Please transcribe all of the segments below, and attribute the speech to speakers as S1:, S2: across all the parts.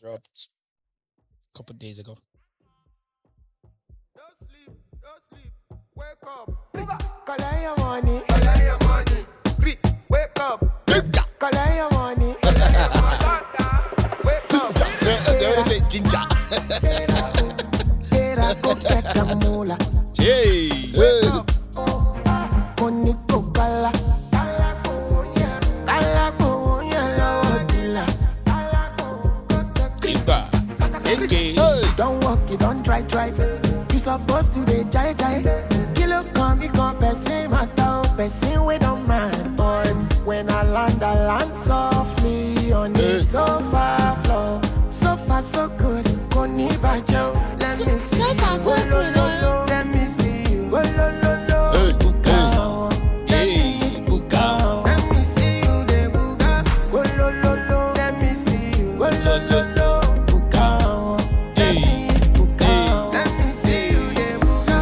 S1: dropped a couple days ago.
S2: Don't sleep, don't sleep. Wake up,
S3: Collect your money,
S2: collect your money. Three, wake up,
S3: collect your money.
S2: wake up.
S1: They they always say ginger.
S3: Kera kokeka mula,
S4: Hey,
S1: Hey.
S3: koni kokala. Kala kowonya lọ́wọ́ dila.
S1: Iba. Eke.
S3: Don't walk it, don't try, try. You supposed to dey jai jai. Kilo kan mi kan pesin mata o, pesin wey don mind boy. When I land, I land softly on the
S1: Hey.
S3: sofa floor. So far so good, kò ní bàjẹ́ o. Let me see you, olololo. Let me see you, olololo.
S1: oh. Hey,
S3: Buga o.
S1: Hey. Buka.
S3: Let me see you, dey buga. Olololo. Let me see you, olololo. Buga o. Let me buga o. Let me see you, dey buga.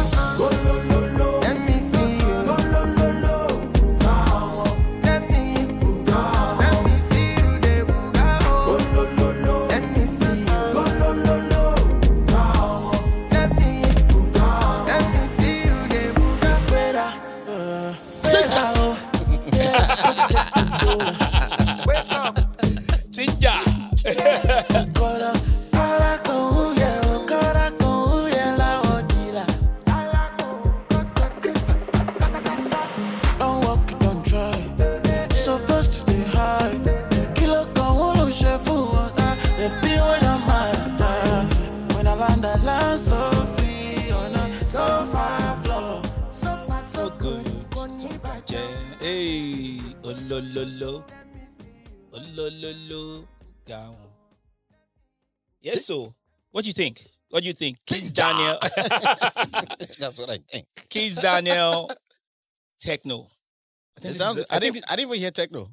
S3: Olololo. Let me see you, olololo. Buga o. Let me buga o. Let me see you, dey buga o. Olololo. Let me see you, olololo. Buga o. Let me buga o. Let me see you, dey buga. Wera, uh, wera o.
S4: ginger.
S3: Kora- kora kouye, kora kouye la odila. Don't walk, don't try. Supposed to dey hide. Kilo kan wo lo ṣe fún ọ̀tá, èsì wo ló máa dá? When I land, I land so free on a sofa floor. So far, so good, kò ní bàjẹ́.
S1: jẹ ee olololo olololo gaun.
S4: Yes, so what do you think? What do you think? Keys Daniel,
S1: That's what I think.
S4: Keys Daniel, techno. I think this
S1: It sounds,
S4: is-
S1: I, didn't, I didn't even hear techno.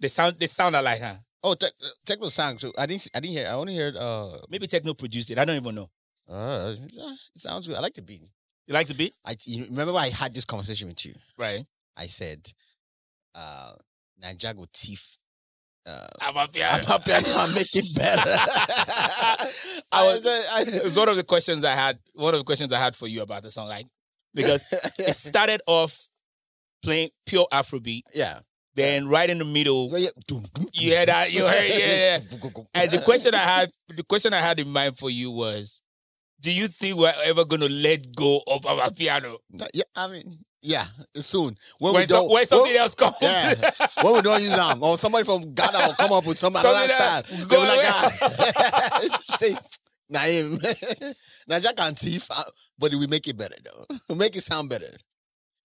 S4: they sound they sound alike, huh?
S1: Oh, tech techno sang too. I didn't. see- I didn't hear. I only heard. Uh,
S4: Maybe techno produced it. I don't even know.
S1: uh it sounds good. I like the beat.
S4: You like the beat,
S1: I you remember when I had this conversation with you.
S4: right?
S1: I said, uh, Nigeria go thief. Uh,
S4: I'm up here.
S1: I'm happy I can make it better. I was. I,
S4: It was one of the questions I had. One of the questions I had for you about the song, like because it started off playing pure Afrobeat,
S1: yeah.
S4: then right in the middle,
S1: Yeah. Doom, doom,
S4: you hear that, you heard, yeah, yeah.
S1: doom.
S4: And the question I had, the question I had in mind for you was, do you think we're ever gonna let go of our piano
S1: No, Yeah, I mean, yeah, soon. When,
S4: when,
S1: we
S4: so-
S1: don't,
S4: when something
S1: when,
S4: else comes?
S1: Yeah. when we don't use them, or Oh, somebody from Ghana will come up with some another
S4: Something
S1: style.
S4: else.
S1: They'll
S4: Go
S1: be like, ah. say, Naim, Naja can thief, uh, but we make it better though. We make it sound better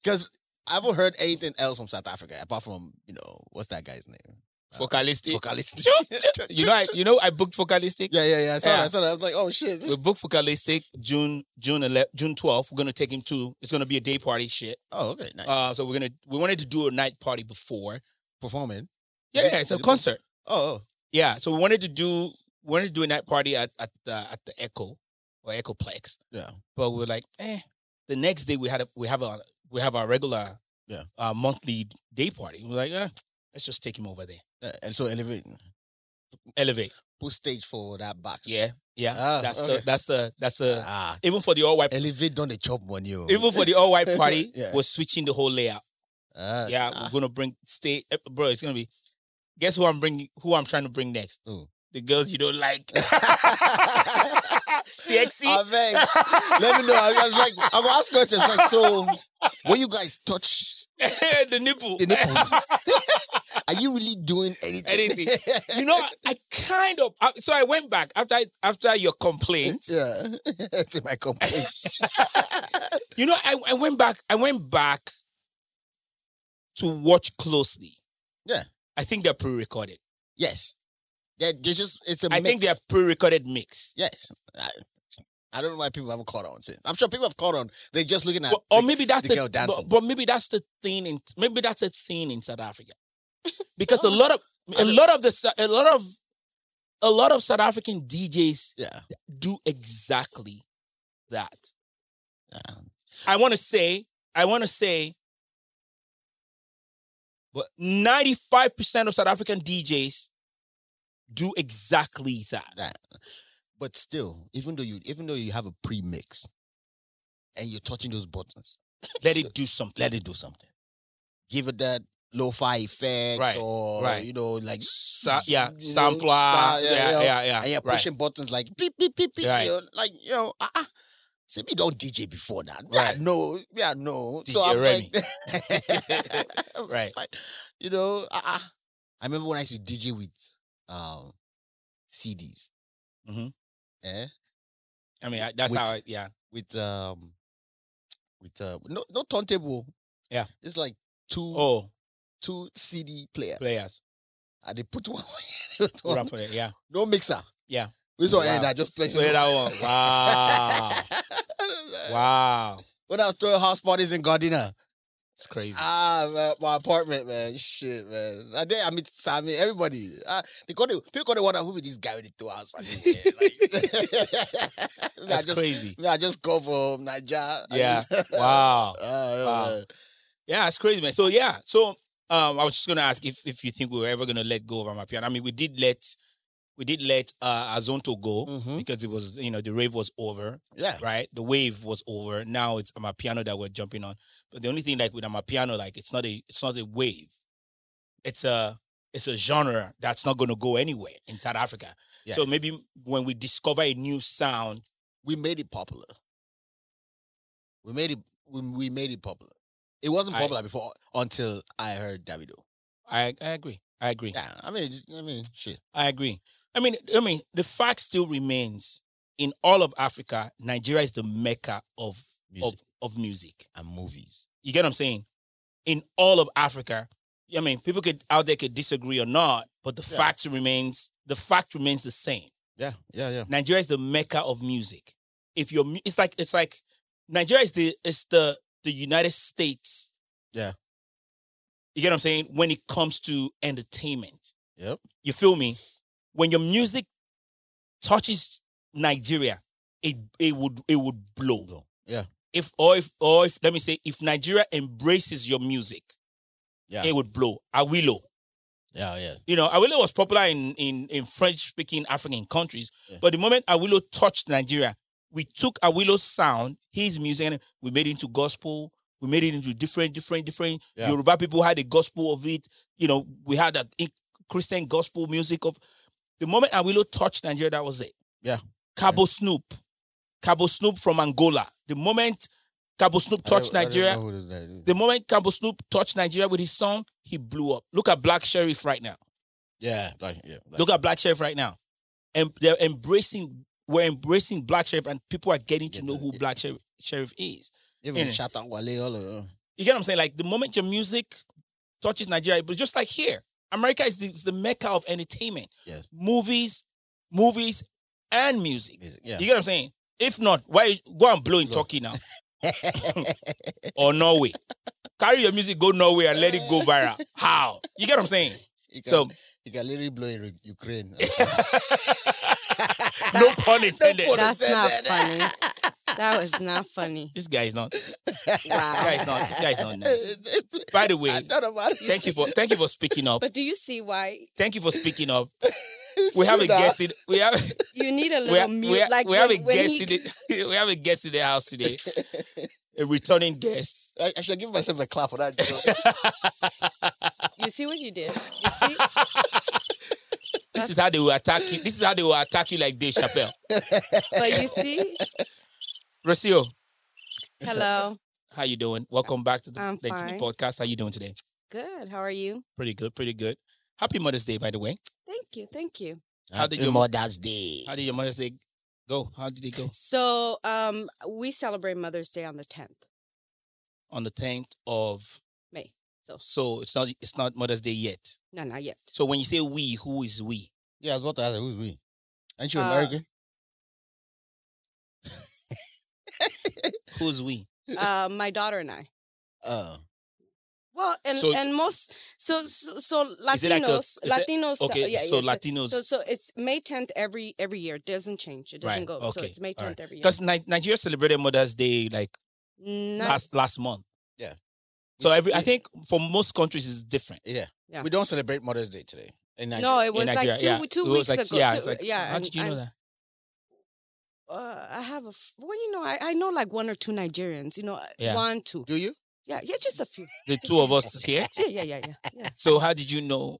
S1: because I haven't heard anything else from South Africa apart from you know what's that guy's name?
S4: Focalistic.
S1: Vocalist.
S4: Choo, choo. you know, I, you know, I booked Focalistic.
S1: yeah, yeah, yeah. I saw
S4: Yeah.
S1: that. I saw that. I was like, oh shit.
S4: We booked Focalistic June June 11, June twelfth. We're gonna take him to. It's gonna be a day party shit.
S1: Oh, okay. Nice.
S4: Uh, so we're gonna we wanted to do a night party before.
S1: Performing.
S4: Yeah,
S1: Is it-
S4: yeah, it's a
S1: is it-
S4: concert.
S1: Oh, oh.
S4: Yeah, so we wanted to do we wanted to do a night party at at the at the Echo or Echoplex.
S1: yeah.
S4: but we are like, eh. The next day we had a, we have our we have our regular
S1: Yeah.
S4: uh, monthly day party. We're like, eh, let's just take him over there.
S1: Yeah, And so elevate,
S4: Elevate.
S1: put stage for that box.
S4: Yeah. Yeah.
S1: Ah,
S4: that's
S1: okay.
S4: the that's the that's the
S1: Ah,
S4: even for the all white
S1: elevate don't they chop money. oh.
S4: even for the all white party,
S1: Yeah.
S4: we're switching the whole layout.
S1: Ah,
S4: Yeah,
S1: ah.
S4: we're gonna bring stay eh, bro, it's gonna be guess who I'm bringing who I'm trying to bring next?
S1: Who?
S4: The girls you don't like. TXC.
S1: I beg. Let me know. I was like, I'm gonna ask questions. Like, so when you guys touch
S4: the nipple.
S1: the nipples, are you really doing anything?
S4: Anything. you know, I kind of I, so I went back after after your complaints.
S1: yeah. That's my complaints.
S4: You know, I, I went back. I went back to watch closely.
S1: Yeah.
S4: I think they're pre-recorded.
S1: yes. They're, they're just it's a
S4: I think they're
S1: mix.
S4: pre-recorded mix,
S1: yes. I, I don't know why people haven't caught on since. I'm sure people have caught on. They're just looking at
S4: But- or
S1: the-
S4: maybe that's
S1: the
S4: the
S1: girl dancing.
S4: but, but maybe that's the thing in maybe that's a thing in South Africa because a lot of a lot of the Sou- a lot of a lot of South African DJs
S1: yeah.
S4: do exactly that.
S1: yeah.
S4: I want to say, I want to say,
S1: But-
S4: ninety-five percent of South African DJs do exactly that.
S1: that. But still, even though you even though you have a pre-mix and you're touching those buttons,
S4: Let it do something.
S1: let it do something. Give it that lo-fi effect
S4: Right,
S1: or
S4: right.
S1: you know, like
S4: Sa- yeah,
S1: you know,
S4: sampler.
S1: sa-
S4: yeah, yeah,
S1: you know,
S4: yeah,
S1: And you're
S4: right.
S1: pushing buttons like beep, beep, beep, beep.
S4: Right.
S1: You know, like, you know, ah, ah. See, me don't DJ before now.
S4: Right.
S1: Yeah, no, yeah, no.
S4: DJ Remy.
S1: like,
S4: Right.
S1: Like, you know, ah, ah. I remember when I used to DJ with um, CDs.
S4: Mhm.
S1: Eh?
S4: I mean, I, that's
S1: With-
S4: how. I, yeah,
S1: with um with uh no no turntable.
S4: Yeah.
S1: It's like two
S4: oh,
S1: two CD player.
S4: players,
S1: And they put one
S4: Hold on for that. Yeah,
S1: no mixer.
S4: Yeah.
S1: This one
S4: Wow.
S1: and I just play
S4: play that one. Wow, wow,
S1: When I was throwing house parties in Gardena.
S4: it's crazy.
S1: Ah man, my apartment, man. Shit, man. I did I meet Sammy, everybody. Ah, they got the people got the wonder who be this guy with the two house parties. Yeah, like,
S4: That's
S1: I just,
S4: crazy.
S1: I just go from Niger. I
S4: Yeah.
S1: just-
S4: Wow.
S1: Ah,
S4: Wow.
S1: man.
S4: Yeah, it's crazy, man. So yeah, so um, I was just gonna ask if if you think we were ever gonna let go of Amapiano. I mean, we did let we did let uh, Azonto go
S1: Mhm.
S4: because it was you know the rave was over,
S1: Yeah.
S4: right? The wave was over. Now it's Amapiano that we're jumping on. But the only thing like with Amapiano, like it's not a it's not a wave. It's a it's a genre that's not gonna go anywhere in South Africa.
S1: Yeah.
S4: So maybe when we discover a new sound,
S1: we made it popular. We made it. We, we made it popular. It wasn't
S4: I-
S1: popular before until I heard Davido.
S4: I I agree. I agree.
S1: Yeah, I mean, I mean, shit.
S4: I agree. I mean, I mean, the fact still remains in all of Africa, Nigeria is the mecca of
S1: Music
S4: of of music.
S1: and movies.
S4: You get what I'm saying? In all of Africa, I mean, people could out there could disagree or not, but the
S1: Yeah.
S4: fact remains the fact remains the same.
S1: Yeah, yeah, yeah.
S4: Nigeria is the mecca of music. If you're, mu- it's like it's like Nigeria is the it's the the United States.
S1: Yeah.
S4: You get what I'm saying? When it comes to entertainment.
S1: Yep.
S4: You feel me? When your music touches Nigeria, it it would it would blow.
S1: Yeah.
S4: If or if or if let me say if Nigeria embraces your music,
S1: Yeah.
S4: it would blow. Awilo.
S1: Yeah, yeah.
S4: You know, Awilo was popular in in, in French speaking African countries,
S1: Yeah.
S4: but the moment Awilo touched Nigeria, we took Awilo's sound, his music, and we made it into gospel. We made it into different, different, different.
S1: Yeah.
S4: Yoruba people had the gospel of it. You know, we had a i- Christian gospel music of. The moment Awilo touched Nigeria, that was it.
S1: Yeah.
S4: Cabo Snoop, Cabo Snoop from Angola. The moment Cabo Snoop touched Nigeria, the moment Cabo Snoop touched Nigeria with his song, he blew up. Look at Black Sheriff right now.
S1: yeah, like, yeah. Like,
S4: Look at Black Sheriff right now. And they're embracing, we're embracing Black Sheriff, and people are getting to
S1: Yeah,
S4: know who
S1: yeah.
S4: Black Sheriff, Sheriff is.
S1: even
S4: yeah.
S1: shout out Wale, all of them.
S4: You get what I'm saying? Like the moment your music touches Nigeria, but just like here, America is the, is the mecca of entertainment.
S1: Yes.
S4: Movies, movies, and music.
S1: Music, Yeah,
S4: You get what I'm saying? If not, why go and blow in
S1: Blow.
S4: Turkey now or Norway? Carry your music, go Norway, and let it go viral. How? You get what I'm saying?
S1: you can,
S4: So
S1: you can literally blow in Ukraine.
S4: no pun intended.
S1: pun.
S5: That's
S1: said
S5: not
S1: that.
S5: funny. That was not funny.
S4: This guy is not. This guy
S5: Wow.
S4: is not. This guy is not nice. By the way,
S1: I thought about it.
S4: Thank you for thank you for speaking up.
S5: But do you see why
S4: Thank you for speaking up.
S1: It's
S4: We have
S1: true
S4: a
S1: now.
S4: guest. In, we have
S5: you need a
S4: we have,
S5: little mute?
S4: we have,
S5: like
S4: we have a
S5: when- when
S4: guest
S5: he-
S4: in the we have a guest in the house today. A returning guest.
S1: I, I should give myself a clap for that. joke.
S5: You see what you did? You see?
S4: This is how they will attack you. This is how they will attack you like Dave Chappelle.
S5: but you see?
S4: Rocio,
S5: Hello.
S4: how you doing? Welcome back to the,
S5: I'm
S4: the
S5: fine.
S4: podcast. How you doing today?
S5: Good. How are you?
S4: Pretty good. Pretty good. Happy Mother's Day, by the way.
S5: Thank you. Thank you.
S4: How did
S1: Happy
S4: your-
S1: Mother's Day?
S4: How did your Mother's Day go? How did it go?
S5: So um we celebrate Mother's Day on the 10th.
S4: On the tenth of
S5: May.
S4: so it's not it's not Mother's Day yet.
S5: No, not yet.
S4: So when you say we, who is we?
S1: Yeah, I was about to ask her, who's we? Ain't you
S5: Uh,
S1: American?
S4: Who's we?
S5: Uh my daughter and I.
S1: Uh,
S5: Well, and
S4: So-
S5: and most so so, so
S4: Is it like a-
S5: Latinos
S4: is it-
S5: Latinos
S4: Okay,
S5: uh, yeah,
S4: so
S5: yes, uh,
S4: Latinos.
S5: So, so it's May 10th every every year. It doesn't change. It doesn't
S4: Right,
S5: go. So
S4: okay,
S5: it's May 10th
S4: alright.
S5: every year.
S4: Because Ni- Nigeria celebrated Mother's Day like
S5: Not-
S4: last last month.
S1: Yeah.
S4: So every I
S1: We-
S4: think for most countries it's different.
S1: yeah.
S5: Yeah.
S1: We don't celebrate Mother's Day today. in Nigeria.
S5: No, it was
S4: in
S5: like two,
S4: Nigeria.
S5: two
S4: It was
S5: weeks
S4: like-
S5: ago.
S4: Yeah,
S5: two-
S4: it's like,
S5: yeah.
S4: How
S5: and
S4: did you
S5: I-
S4: know that?
S5: Uh, I have a f- well, you know, I, I know like one or two Nigerians. You know, uh,
S4: Yeah.
S5: one, two.
S1: Do you?
S5: Yeah, yeah, just a few.
S4: The two of us here.
S5: Yeah, yeah, yeah, yeah. yeah.
S4: So how did you know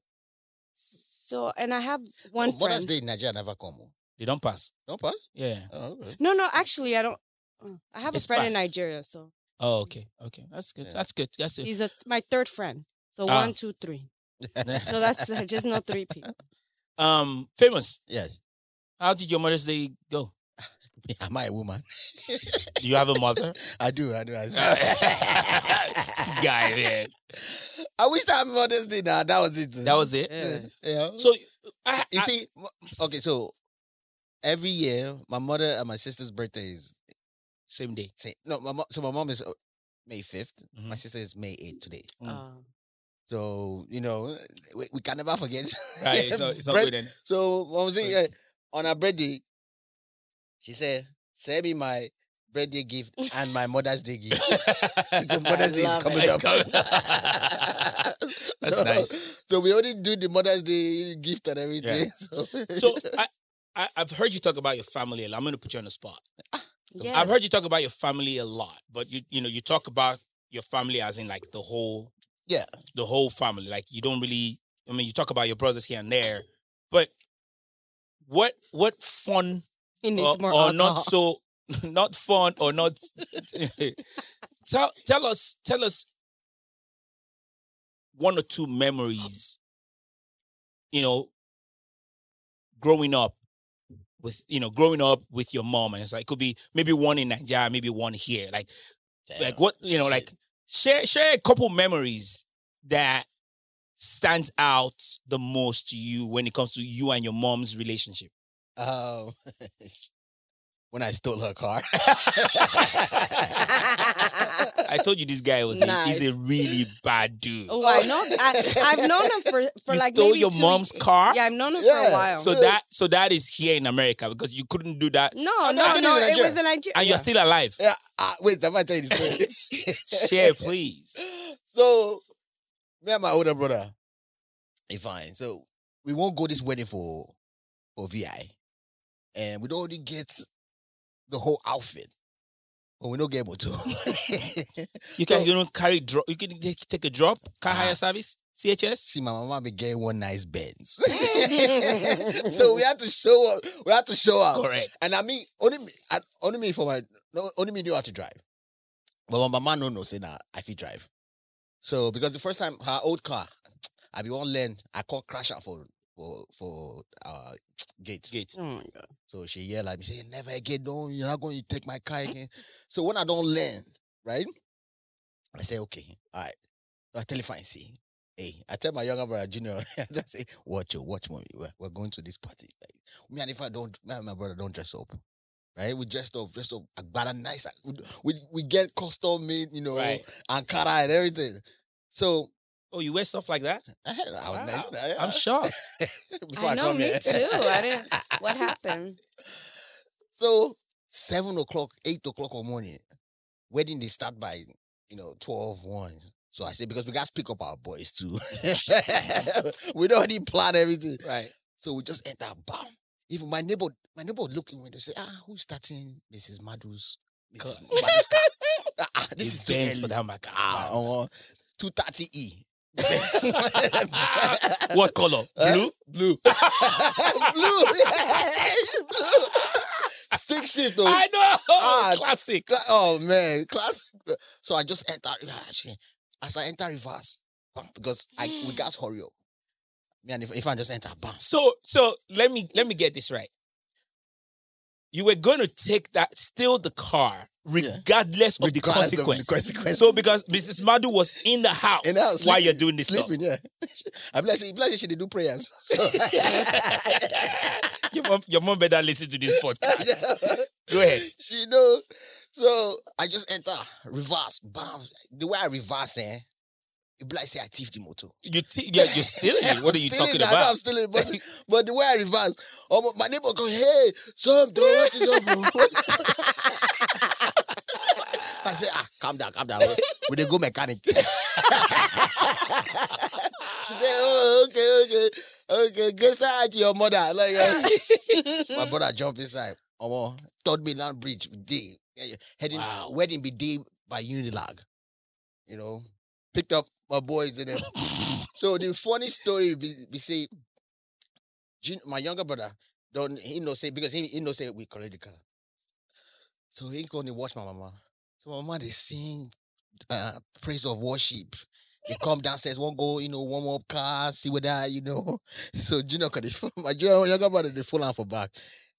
S5: So, and I have one
S1: Oh, Mother's
S5: friend.
S1: Day in Nigeria never come. oh.
S4: they don't pass?
S1: Don't pass.
S4: Yeah.
S1: Oh, okay.
S5: No, no, actually, I don't. oh, I have
S4: It's
S5: a friend in
S4: past.
S5: Nigeria, so
S4: Oh, okay. Okay. That's good.
S1: Yeah.
S4: That's good. That's it.
S5: he's a my third friend. So
S4: Ah.
S5: one, two, three. So that's uh, just not three people.
S4: Um, famous.
S1: yes.
S4: How did your Mother's Day go?
S1: Am I a woman?
S4: Do you have a mother?
S1: I do. I do. I,
S4: This guy, man.
S1: I wish I had Mother's Day. Now that was it.
S4: That was it.
S1: Yeah.
S5: Yeah.
S1: Yeah.
S4: So I,
S1: You
S4: I-
S1: see, m- okay, so every year my mother and my sister's birthday is
S4: same day.
S1: say no, my mo- so my mom is uh, May 5th my
S4: Mhm.
S1: sister is May 8th today.
S4: Mm.
S5: Um,
S1: So you know we, we can never forget.
S4: Right, it's not, it's not
S1: Birth-
S4: good then.
S1: So what was it?
S4: So-
S1: uh, on her birthday, she said, "Send me my birthday gift and my Mother's Day gift because Mother's Day is
S5: love
S1: coming
S4: it.
S1: up."
S4: It's coming- That's
S1: so,
S4: nice.
S1: So we only do the Mother's Day gift and everything. So,
S4: so I, I, I've heard you talk about your family. a lot. I'm going to put you on the spot.
S5: yes.
S4: I've heard you talk about your family a lot, but you you know you talk about your family as in like the whole
S1: Yeah.
S4: the whole family. Like you don't really. I mean, you talk about your brothers here and there, but what what fun
S5: He
S4: or,
S5: needs more uh,
S4: or
S5: alcohol.
S4: not so not fun or not tell tell us tell us one or two memories you know growing up with you know growing up with your mom and it's like it could be maybe one in Nigeria maybe one here like
S1: Damn.
S4: like what you know like share share a couple memories that stands out the most to you when it comes to you and your mom's relationship
S1: Um, when I stole her car.
S4: I told you this guy was a, he's a really bad dude.
S5: Oh, I know. I, I've known him for for
S4: you
S5: like
S4: stole
S5: maybe
S4: your
S5: two
S4: mom's
S5: ye-
S4: car.
S5: Yeah, I've known him for
S1: Yeah.
S5: a while.
S4: So that so that is here in America because you couldn't do that, and
S5: no,
S1: I
S5: no,
S1: did it
S5: no.
S1: in
S5: It
S1: Nigeria.
S5: was in Nigeria.
S4: you're still alive.
S1: yeah, uh, wait, I'm gonna tell you the story.
S4: Share, please.
S1: so, me and my older brother, it's fine. So, we won't go this wedding for for VI, and we don't only get the whole outfit, but we don't get motor.
S4: You can
S1: So- Ah.
S4: you don't carry drop. You can take take a drop. Car hire service. CHS.
S1: See, my mama be getting one nice Benz, so we had to show up. We had to show up.
S4: Correct.
S1: And I mean, only me, I, only me for my, no, only me knew how to drive. But my mama no no say nah, I fit drive. So because the first time her old car, I be one learn, I can't crash out for for for uh gate.
S4: Gate.
S5: Oh my god.
S1: So she yell at me, say never again, don't you're not going to take my car again. so when I don't learn, right? I say okay, all right. So I tell you fine, see. Hey, I tell my younger brother Junior, I just say, watch you, watch mommy. We're, we're going to this party. Like, me and if I don't, me and my brother don't dress up. Right? We dressed up, dressed up, Agbada nice. We, we, we get custom made, you know,
S4: Right.
S1: Ankara and everything. So
S4: Oh, you wear stuff like that?
S1: I had, I was
S4: Wow.
S1: nice,
S4: I'm shocked.
S1: before
S5: I know,
S1: come
S5: me
S1: here.
S5: too. I didn't. What happened?
S1: So seven o'clock, eight o'clock or morning, wedding they start by you know 12, 1. So I said because we gotta pick up our boys too. we don't need plan everything.
S4: Right.
S1: So we just enter bam. Even my neighbor, my neighbor would look in window say, ah, who's starting Mrs. Madu's Mrs. Madu's car? Ah, ah, this
S4: It
S1: is too
S4: bends
S1: early.
S4: for that Mac.
S1: Ah, uh, 230E.
S4: What color?
S1: Huh?
S4: Blue.
S1: Blue. Blue. Blue. Stick shift though.
S4: I know.
S1: Ah,
S4: Classic.
S1: Cla- oh man, class. uh, So I just enter actually, as I enter reverse uh, because I
S4: Hmm.
S1: we got hurry up. Me and if, if I just enter bounce.
S4: So so let me let me get this right. You were going to take that, steal the car,
S1: Yeah.
S4: regardless of the
S1: Regardless of the
S4: consequence.
S1: consequence.
S4: So because Mrs. Madu was in the house,
S1: And I was
S4: while
S1: sleeping-
S4: you're doing this
S1: sleeping, yeah. I'm like, if like she did do prayers. So-
S4: stuff, your mom, your mom better listen to this podcast. Go ahead.
S1: she know. So I just enter reverse, bounce. The way I reverse, eh, it be like say I thief the motor.
S4: You t- yeah, you're stealing it. What are
S1: I'm
S4: you
S1: stealing
S4: talking
S1: that, I know I'm
S4: about?
S1: stealing, but but the way I reverse, oh my, my neighbor go, hey, son, don't what is up, bro? I say, ah, calm down, calm down. We they go mechanic. she say, oh, okay, okay. okay, go side your mother. Like, uh, my
S5: Mm.
S1: brother jump inside. Omo, third Milan Bridge, D. Heading
S4: Wow.
S1: wedding be D by Unilag. You know, picked up my boys in there. so the funny story be, be say, Jun- my younger brother don't he know say because he, he know say we collegical. So he go and watch my mama. So my mama they sing uh, praise of worship. They come downstairs, one go, you know, warm up car, see whether, you know. So Junior could my junior younger brother they fall out for back.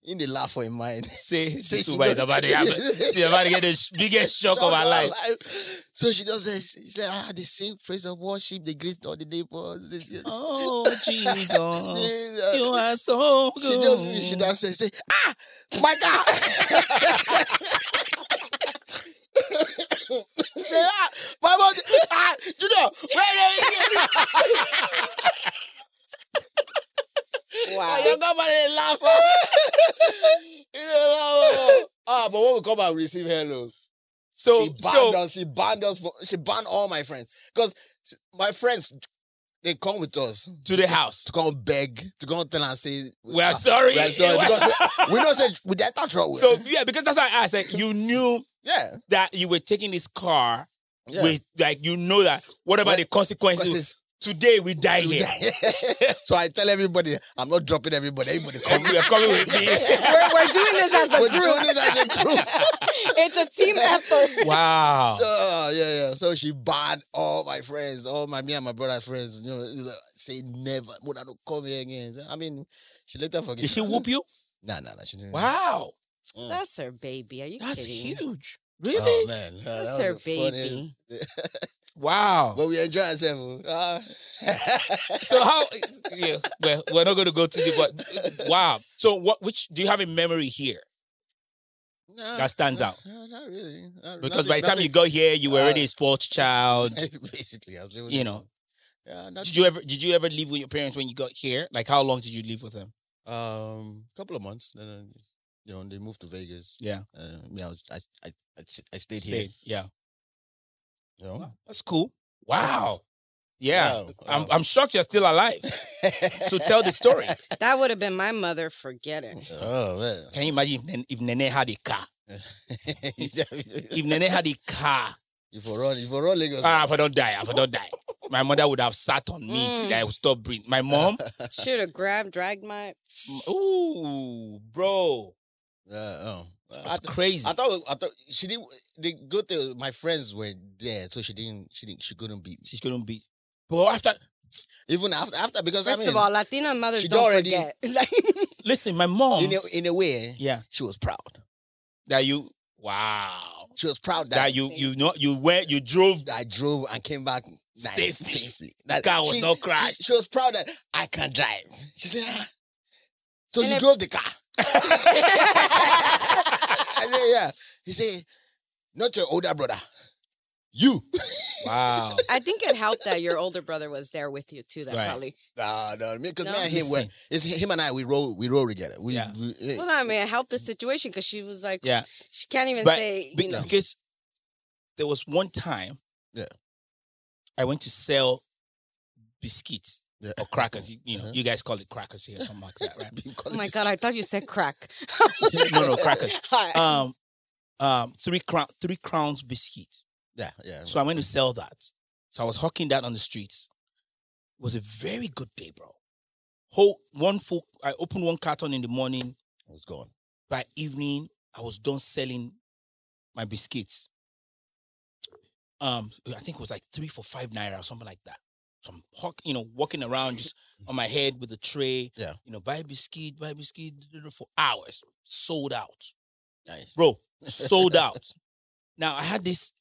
S1: In the laugh for in mind.
S4: Say,
S1: Say
S4: say,
S1: she
S4: Suba is
S1: don't-
S4: about to happen. She's about to get the sh- biggest shock of her life.
S1: So she does this. She said, ah, they sing praise of worship, they greet all the neighbors. This- this-
S4: Oh, Jesus.
S1: this, uh,
S4: you are so
S1: she
S4: good.
S1: just she does say, say, ah, my God. She said, ah, my mom, ah, you know, wait, wait, wait.
S5: Wow.
S1: Your grandma didn't laugh. oh. you know, ah, but when we come and receive hello,
S4: so,
S1: she banned
S4: so,
S1: us. She banned us. For, she banned all my friends because my friends they come with us
S4: to the house.
S1: to come beg to come tell and say "Ah,
S4: We are sorry.
S1: we are sorry because we, we know say we did not trouble.
S4: so, yeah, because that's why I said you knew
S1: yeah,
S4: that you were taking this car
S1: yeah.
S4: with, like, you know that whatever
S1: What-
S4: the consequences,
S1: Because
S4: today we die here.
S1: it's- so I tell everybody I'm not dropping everybody. Everybody come.
S4: we are coming with me.
S5: We're, we're doing this as
S1: We're
S5: a
S1: doing
S5: group.
S1: this as a group.
S5: It's a team effort.
S4: Wow.
S1: Oh, yeah, yeah. So she banned all my friends, all my me and my brother's friends. You know, like, say never, would I not come here again? I mean, she later forget.
S4: Did she whoop you?
S1: Nah, nah, nah. She didn't. Mm.
S4: Wow.
S5: That's her baby. Are you
S4: That's
S5: kidding?
S4: huge.
S1: Oh
S4: Really?
S1: man, uh,
S5: That's
S1: that
S5: her
S1: was the funniest-
S5: baby.
S4: wow.
S1: But we enjoy ourselves. Uh,
S4: so how yeah, well, we're not going to go too deep but wow so what which do you have a memory here
S1: nah,
S4: That stands
S1: nah,
S4: out.
S1: nah, not really. Not-
S4: because
S1: nothing- Uh,
S4: by the time you got here you were already a sports child
S1: nothing- basically, I was living.
S4: you know
S1: yeah,
S4: did
S1: nothing.
S4: you ever did you ever live with your parents when you got here like how long did you live with them
S1: Um, couple of months. Then, uh, you know, they moved to Vegas.
S4: yeah
S1: Uh, me, I was, I, I, I, I stayed here.
S4: Stayed. yeah
S1: You know.
S4: that's cool wow yeah
S1: Wow.
S4: I'm,
S1: Wow.
S4: I'm shocked you're still alive so tell the story
S5: That would have been my mother forgetting.
S1: Oh man.
S4: can you imagine if, Nen- if nene had a car if
S1: if,
S4: nene had a car
S1: if we run, if we run Lagos,
S4: ah, if i don't die if i don't die my mother would have sat on me
S5: Mm.
S4: till i would stop breathing my mom
S5: Should have grabbed, dragged my.
S1: Mm,
S4: Ooh, bro.
S1: uh, oh. I,
S4: That's crazy.
S1: I thought I thought she didn't. The good thing, my friends were there, so she didn't. She didn't. She couldn't beat me.
S4: She's gonna be. But after
S1: Even after, after because
S5: First
S1: I mean,
S5: of all, Latina mothers
S1: she
S5: don't
S1: already-
S5: forget. Like,
S4: listen, my mom.
S1: in a, in a way,
S4: yeah.
S1: she was proud.
S4: That you wow.
S1: She was proud
S4: That,
S1: that,
S4: you you know you went you drove
S1: I drove and came back nice,
S4: Safely.
S1: safely. That
S4: car was not crashed.
S1: She, she was proud that I can drive. She said, ah. "So
S5: And
S1: you
S5: if-
S1: drove the car." I said, "Yeah." He said, "Not your older brother, you."
S4: Wow.
S5: I think it helped that your older brother was there with you too. That
S4: Right.
S5: probably.
S1: Nah, no, because
S5: No.
S1: me and him were
S4: Listen.
S1: it's him and I we roll we roll together. We,
S4: Yeah.
S1: we- eh,
S5: Well, I mean, it helped the situation because she was like,
S4: Yeah.
S5: she can't even
S4: But
S5: say,
S4: be-
S5: you know,
S4: because there was one time
S1: Yeah.
S4: I went to sell biscuits
S1: Yeah.
S4: or crackers. You, you know,
S1: Uh-huh.
S4: you guys call it crackers here, something like that, right?
S1: you call
S5: oh
S1: it
S5: my
S1: just-
S5: God, I thought you said crack.
S4: no, no, crackers.
S5: Hi.
S4: Um um three crown three crowns biscuit.
S1: Yeah, yeah.
S4: So I went to sell that. So I was hawking that on the streets. It was a very good day, bro. Whole one full. I opened one carton in the morning.
S1: I was gone.
S4: By evening, I was done selling my biscuits. Um, I think it was like three for five naira or something like that. So I'm hawk, you know, walking around just on my head with a tray.
S1: Yeah.
S4: You know, buy biscuit, buy biscuit for hours. Sold out
S1: Nice.
S4: bro, sold out. Now I had this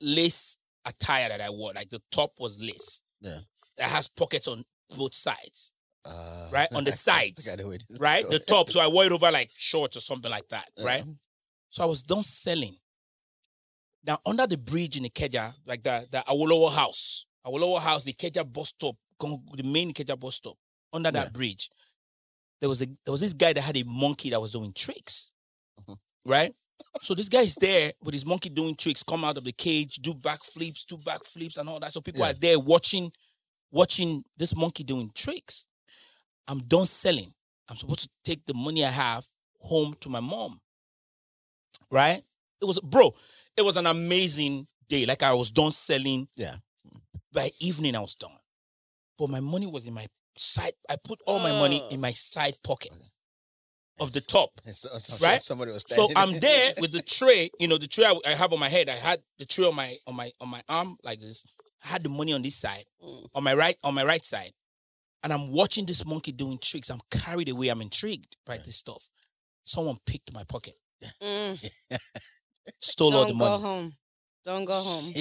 S4: lace attire that I wore, like the top was lace.
S1: Yeah.
S4: That has pockets on both sides,
S1: Uh,
S4: Right, on the
S1: I
S4: sides,
S1: gotta wait.
S4: right? The top. So I wore it over like shorts or something like that,
S1: Yeah.
S4: right? So I was done selling. Now under the bridge in Ikeja, like the the Awolowo house, Awolowo house, the Ikeja bus stop, gon- the main Ikeja bus stop, under that
S1: Yeah.
S4: bridge, there was a there was this guy that had a monkey that was doing tricks,
S1: Mhm.
S4: right? So this guy is there with his monkey doing tricks, come out of the cage, do backflips, do backflips, and all that. So people
S1: Yeah.
S4: are there watching watching this monkey doing tricks. I'm done selling. I'm supposed to take the money I have home to my mom. Right? It was bro, it was an amazing day. Like I was done selling.
S1: Yeah.
S4: By evening I was done. But my money was in my side. I put all my money
S5: Oh.
S4: in my side pocket of the top.
S1: And so, so-
S4: Right?
S1: Somebody was
S4: So
S1: standing.
S4: I'm there with the tray, you know, the tray I, I have on my head. I had the tray on my on my on my arm like this. I had the money on this side, on my right on my right side, and I'm watching this monkey doing tricks. I'm carried away. I'm intrigued by this stuff. Someone picked my pocket,
S5: Mm,
S4: stole all the
S5: don't go
S4: money.
S5: home. Don't go home.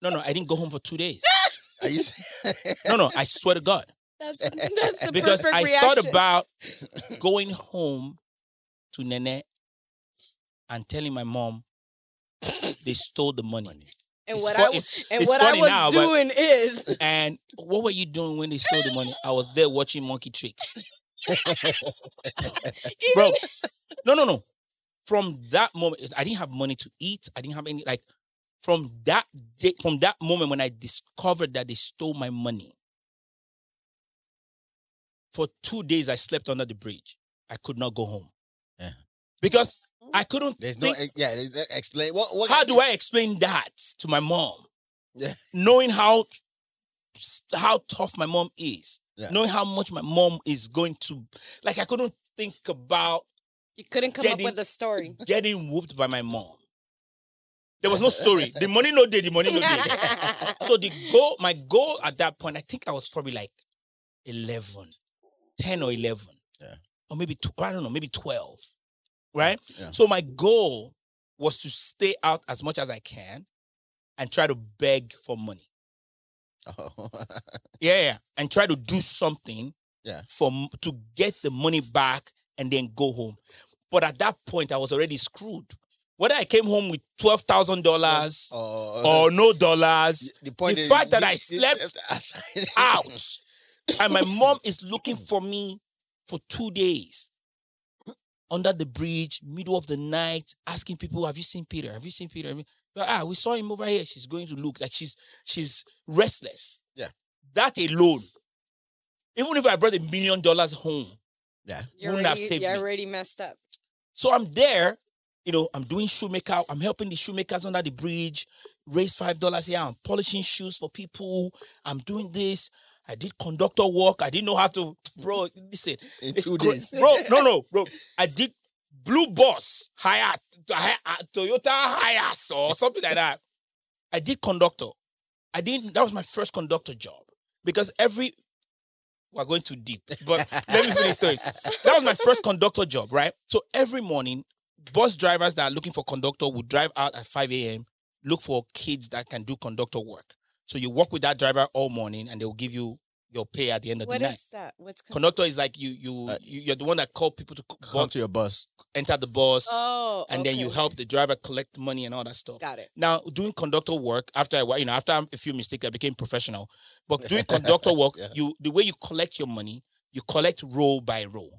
S4: No, no, I didn't go home for two days.
S1: Are you?
S4: No, no, I swear to God,
S5: That's, that's the
S4: because
S5: perfect
S4: I
S5: reaction.
S4: thought about going home to Nene and telling my mom they stole the money.
S5: and
S4: It's
S5: what
S4: fu-
S5: I was
S4: it's-
S5: and
S4: it's
S5: what I
S4: funny
S5: was
S4: now, but-
S5: doing is
S4: And what were you doing when they stole the money? I was there watching Monkey Trick. Bro, no, no, no. From that moment, I didn't have money to eat. I didn't have any, like, from that day, from that moment when I discovered that they stole my money, for two days I slept under the bridge. I could not go home.
S1: Yeah.
S4: Because I couldn't
S1: Eh. There's no.
S4: think,
S1: ex- Yeah. there's no- Explain. What? what
S4: how do I explain that to my mom?
S1: Yeah.
S4: Knowing how how tough my mom is,
S1: Yeah.
S4: knowing how much my mom is going to like, I couldn't think about
S5: you couldn't come up
S4: Getting-
S5: with a story.
S4: getting whooped by my mom. There was no story. The money no day. The money no day. so the goal, my goal at that point, I think I was probably like 11, 10 or 11.
S1: Yeah.
S4: Or maybe, tw- I don't know, maybe 12. Right?
S1: Yeah.
S4: So my goal was to stay out as much as I can and try to beg for money.
S1: Oh.
S4: Yeah, yeah. And try to do something
S1: Yeah.
S4: for m- to get the money back and then go home. But at that point, I was already screwed. Whether I came home with twelve thousand dollars
S1: oh.
S4: or no dollars,
S1: the point
S4: the
S1: is,
S4: fact that
S1: you-
S4: I
S1: you
S4: slept
S1: outside.
S4: out. And my mom is looking for me for two days under the bridge, middle of the night, asking people, "Have you seen Peter? Have you seen Peter?" Have you-" But, ah, we saw him over here. She's going to look like she's she's restless.
S1: Yeah.
S4: that alone. Even if I brought a million dollars home,
S1: Yeah.
S5: You're
S4: wouldn't have
S5: already,
S4: saved
S5: you're
S4: me.
S5: already messed up.
S4: So I'm there, you know, I'm doing shoemaker, I'm helping the shoemakers under the bridge, raise five dollars here, I'm polishing shoes for people, I'm doing this. I did conductor work. I didn't know how to, bro. Listen,
S1: In
S4: it's
S1: two
S4: cra-
S1: days.
S4: bro. No, no, bro. I did blue bus hire Toyota Hiace or something like that. I did conductor. I didn't. That was my first conductor job because every we're going too deep, but let me finish. Sorry, that was my first conductor job, right? So every morning, bus drivers that are looking for conductor would drive out at five a.m. Look for kids that can do conductor work. So you work with that driver all morning, and they will give you your pay at the end of
S5: What
S4: the night.
S5: is that? What's con-
S4: Conductor is like you, you,
S1: Uh,
S4: you you're the one that call people to c-
S1: Come
S4: board,
S1: to your bus.
S4: enter the bus,
S5: Oh,
S4: and then you
S5: okay.
S4: help the driver collect money and all that stuff.
S5: Got it.
S4: Now, doing conductor work after I, wa- you know, after a few mistakes, I became professional. But doing conductor work,
S1: Yeah.
S4: you the way you collect your money, you collect row by row.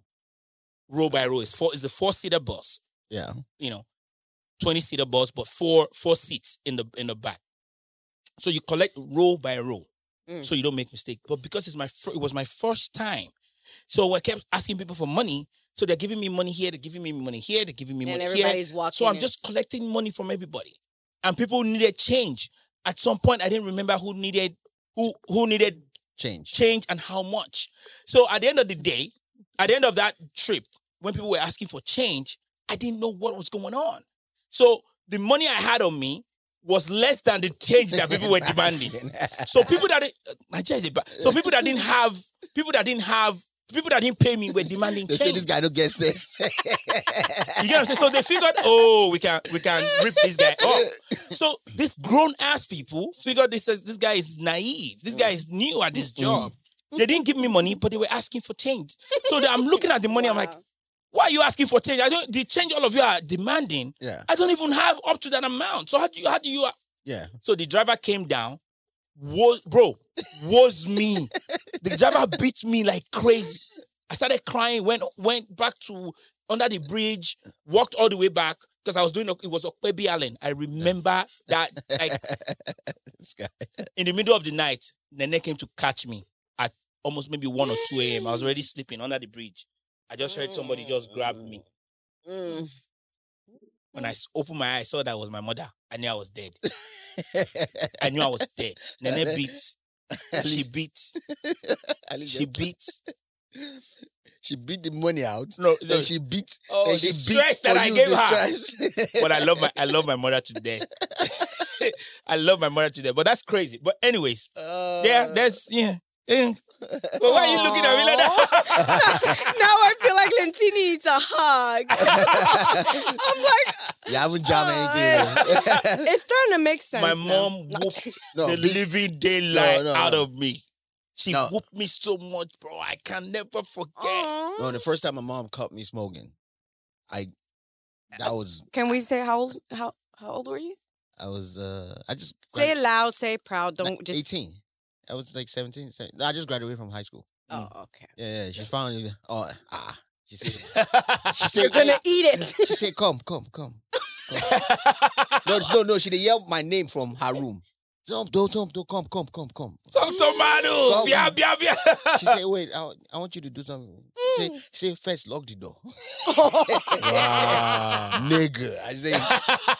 S4: Row by row is four is a four seater bus,
S1: Yeah.
S4: you know, twenty seater bus, but four four seats in the in the back. So you collect row by row,
S5: Mm.
S4: so you don't make mistake. But because it's my fir- it was my first time, so I kept asking people for money. So they're giving me money here, they're giving me money here, they're giving me
S5: And
S4: money here.
S5: everybody's walking.
S4: So I'm
S5: in.
S4: just collecting money from everybody, and people needed change. At some point, I didn't remember who needed who who needed
S1: Change.
S4: change and how much. So at the end of the day, at the end of that trip, when people were asking for change, I didn't know what was going on. So the money I had on me was less than the change that people were demanding. So people that uh, Nigeria is a ba- so people that didn't have people that didn't have people that didn't pay me were demanding
S1: they
S4: change.
S1: say this guy don't get sex.
S4: You get what I'm saying? So they figured, oh, we can we can rip this guy off. So these grown ass people figured this as this guy is naive. This guy is new at this job. They didn't give me money, but they were asking for change. So that I'm looking at the money. I'm like,
S5: Wow.
S4: why are you asking for change? I don't the change all of you are demanding.
S1: yeah.
S4: I don't even have up to that amount. So how do you how do you
S1: Yeah.
S4: so the driver came down, was bro, was me. the driver beat me like crazy. I started crying, went went back to under the bridge, walked all the way back because I was doing it was Okpebi Allen. I remember that like
S1: This guy.
S4: in the middle of the night, Nene came to catch me at almost maybe 1 or 2 a.m. I was already sleeping under the bridge. I just heard somebody just grab me.
S5: Mm.
S4: When I s- opened my eyes, I saw that was my mother. I knew I was dead. I knew I was dead. Nene beat. She beat.
S1: At least
S4: She
S1: that-
S4: beat.
S1: she beat the money out.
S4: No,
S1: Then
S4: no.
S1: she beat.
S4: Oh,
S1: then
S4: the
S1: she beat
S4: stress that
S1: for
S4: I
S1: you,
S4: gave
S1: the
S4: her.
S1: stress.
S4: but I love my I love my mother today. I love my mother today. But that's crazy. But anyways,
S1: Uh,
S4: yeah, that's yeah. yeah. But why are you looking at me like that?
S5: now I feel like Lentini needs a hug. I'm like,
S1: You haven't
S4: Ah,
S1: jammed
S5: Oh,
S1: anything. man.
S5: it's starting to make sense.
S4: my
S5: now.
S4: mom whooped
S1: No,
S4: the
S1: be-
S4: living daylight
S1: No, no,
S4: out
S1: no.
S4: of me. She
S1: No.
S4: whooped me so much, bro. I can never forget.
S5: Aw.
S1: no, the first time my mom caught me smoking, I
S5: Uh,
S1: that was
S5: Can we say how old? How how old were you?
S1: I was uh I just
S5: Say
S1: gradu-
S5: it loud. Say it proud.
S1: like,
S5: Don't just.
S1: eighteen. I was like 17. se- No, I just graduated from high school.
S5: Oh, okay.
S1: Yeah, yeah. She found it. Oh, ah. She said, she
S5: You're
S1: said,
S5: gonna eat it.
S1: she said, come, come, come. No, no, no. She they yelled my name from her room. Don't, don't, don't, don't, come, come, come, come.
S4: Some tomatoes.
S1: But-
S4: Bia, bia, bia.
S1: She said, wait, I, I want you to do something. She
S5: Mm.
S1: said, she said, first lock the door. "Ah." Nigga. I say,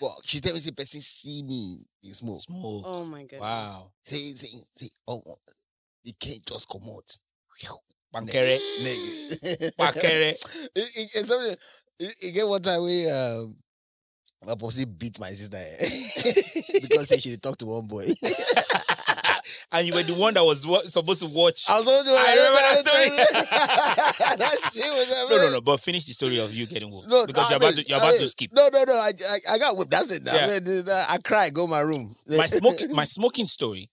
S1: well, she tell me, say, person see me, he smoke.
S4: Smoke.
S5: oh my god.
S4: Wow.
S1: Say, say, say, oh, oh, you can't just come out. Phew,
S4: Bankere.
S1: Nigga.
S4: Bankere.
S1: it, it, it's something, it, it get one time we, um, my posse beat my sister eh, because say she dey talk to one boy.
S4: and you were the one that was wa- supposed to watch.
S1: I was also
S4: I remember that
S1: story. that shit was
S4: No, no, no. But finish the story of you getting whooped
S1: No,
S4: because
S1: I
S4: you're about
S1: mean-
S4: to you're
S1: I
S4: about
S1: mean,
S4: to skip.
S1: No, no, no. I, I, I got whipped. That's it.
S4: Yeah.
S1: I, mean, uh, I cried. Go my room.
S4: my smoking my smoking story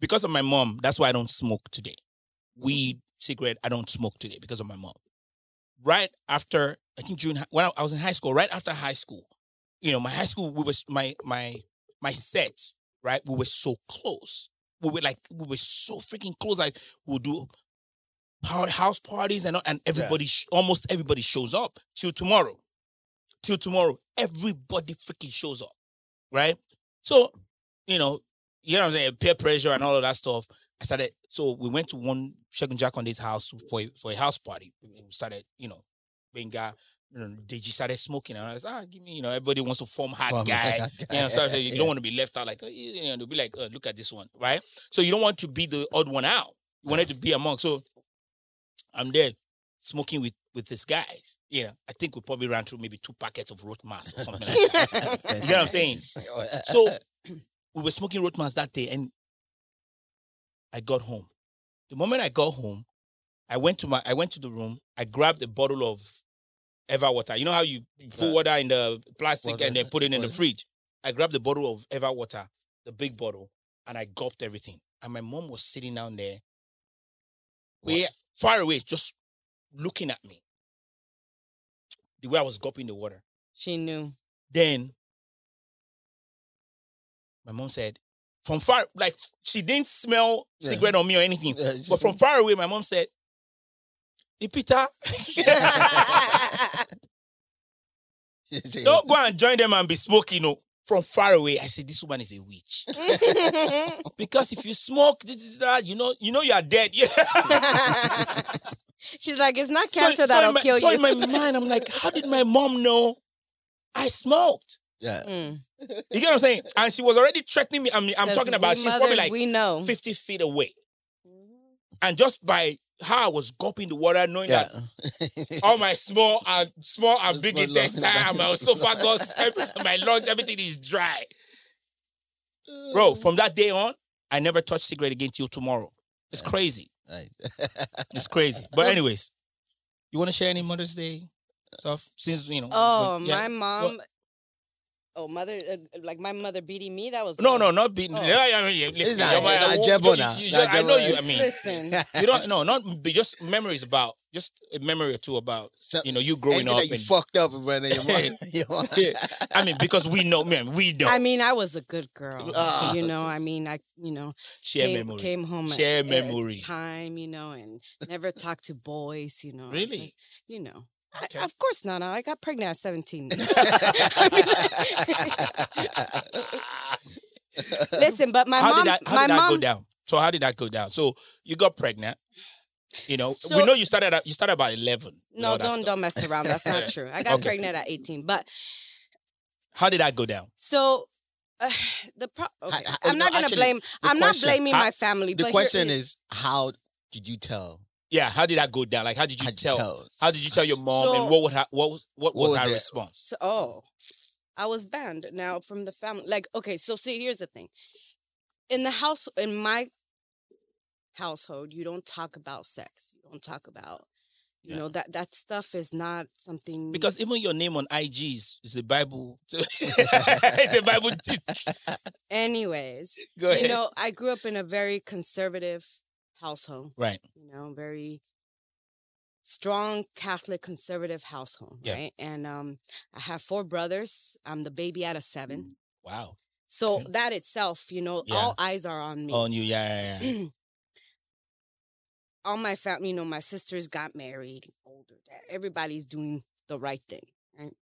S4: because of my mom that's why i don't smoke today weed cigarette i don't smoke today because of my mom right after i think june when i I was in high school right after high school you know my high school we was my my my set right we were so close we were like we were so freaking close like we'll do power- house parties and all- and everybody sh- almost everybody shows up till tomorrow till tomorrow everybody freaking shows up right so, you know, you know what I'm saying, peer pressure and all of that stuff. I started. So we went to one Shagun Jack on his house for a, for a house party. We started, you know, Benga. You know, Deji started smoking, and I was ah, give me, you know, everybody wants to form hard
S1: Form
S4: guy.
S1: hard guy.
S4: You know, what I'm saying? so you don't want to be left out. Like, oh, you know, they'll be like, oh, look at this one, right? So you don't want to be the odd one out. You wanted to be among. So I'm there smoking with with these guys. You know, I think we probably ran through maybe two packets of road mass or something like that
S1: you
S4: what I'm saying?
S1: Uh,
S4: so we were smoking roadmans that day, and I got home. The moment I got home, I went to my I went to the room. I grabbed a bottle of Everwater. You know how you you put
S1: Right.
S4: water in the plastic
S1: Water,
S4: and then put it in the
S1: water.
S4: fridge. I grabbed the bottle of Everwater, the big bottle, and I gulped everything. And my mom was sitting down there, way far away, just looking at me. The way I was gulping the water.
S5: She knew.
S4: Then my mom said, from far, like she didn't smell
S1: Yeah.
S4: cigarette on me or anything.
S1: Yeah, she
S4: But from far away, my mom said, Ipita, don't go and join them and be smoking. No. From far away, I said, this woman is a witch. because if you smoke, this is that, you know, you know you are dead. Yeah.
S5: She's like, it's not
S4: So-
S5: cancer
S4: so
S5: that'll
S4: in my-
S5: kill
S4: so
S5: you.
S4: in my mind, I'm like, how did my mom know I smoked?
S1: Yeah.
S5: Mm.
S4: You get what I'm saying? And she was already threatening me. I mean, I'm
S5: 'Cause
S4: talking about
S5: we
S4: she's probably
S5: mothers,
S4: like
S5: we know.
S1: Mm.
S4: 50 feet away. And just by how I was gulping the water, knowing
S1: Yeah.
S4: that
S1: Oh
S4: all my small and small and
S1: Just
S4: big
S1: my lungs.
S4: intestine and my esophagus, every- my lungs, everything is dry. Bro, from that day on, I never touched cigarette again till tomorrow. It's crazy.
S1: Right.
S4: It's crazy. But anyways, you want to share any Mother's Day stuff? Since you know.
S5: Oh,
S4: when- yeah.
S5: my mom. Oh, mother, uh, like my mother beating me. That was
S4: No, no, not beating.
S5: Oh.
S4: Yeah, yeah, yeah, Listen,
S1: not-
S4: yeah, but
S1: it's
S4: I- you-
S1: not Jebo
S4: you-
S1: now.
S4: you-
S1: Not
S4: I know
S1: Jebo.
S4: you. I mean,
S5: Listen,
S4: you don't no not but just memories about just a memory or two about
S5: Uh,
S1: So-
S4: you know you growing
S1: Anything
S4: up
S1: that you
S4: and
S1: fucked up, brother. Your mom, your mom.
S4: I mean because we know man we know
S5: I mean, I was a good girl.
S1: Ah.
S5: you know, I mean, I, you know,
S4: share
S5: came,
S4: memory
S5: came home at-
S4: Share
S5: at
S4: memory.
S5: time, you know, and never talked to boys, you know. I was
S4: Really?
S5: just, you know. I-
S4: Okay.
S5: of course not. I got pregnant at 17. Listen, but my
S4: how
S5: mom,
S4: did that how
S5: my
S4: did that
S5: mom,
S4: go down? So how did that go down? So you got pregnant. You know,
S5: So-
S4: we know you started at, you started about eleven. with
S5: no,
S4: all that
S5: don't
S4: stuff.
S5: don't mess around. That's not true. I got
S4: Okay.
S5: pregnant at 18, but
S4: How did that go down?
S5: so uh, the pro-
S4: oh,
S5: okay.
S1: ha-
S5: I'm
S1: no,
S5: not gonna
S1: actually,
S5: blame. I'm not
S1: question-
S5: blaming
S4: ha-
S5: my family. but
S1: The
S5: here
S1: question is, how did you tell?
S4: Yeah, how did that go down? Like, how did you,
S1: How did you
S4: tell,
S1: tell?
S4: How did you tell your mom?
S5: So-
S4: and what would her, what was what, was,
S1: What was
S4: her
S1: it?
S4: response?
S5: So, oh, I was banned now from the family. Like, okay, so see, here's the thing. In the house, in my household, you don't talk about sex. You don't talk about, you
S4: Yeah.
S5: know, that that stuff is not something.
S4: Because even your name on IGs is the Bible. the Bible.
S5: anyways,
S4: Go ahead.
S5: you know, I grew up in a very conservative household.
S4: right.
S5: you know, very strong Catholic conservative household,
S4: Yeah.
S5: right? And um, I have four brothers. I'm the baby out of seven.
S4: Wow.
S5: So
S4: Okay.
S5: that itself, you know,
S4: Yeah.
S5: all eyes are on me.
S4: On you. Yeah. yeah, yeah.
S5: all my family, you know, my sisters got married, older. that- Everybody's doing the right thing, right?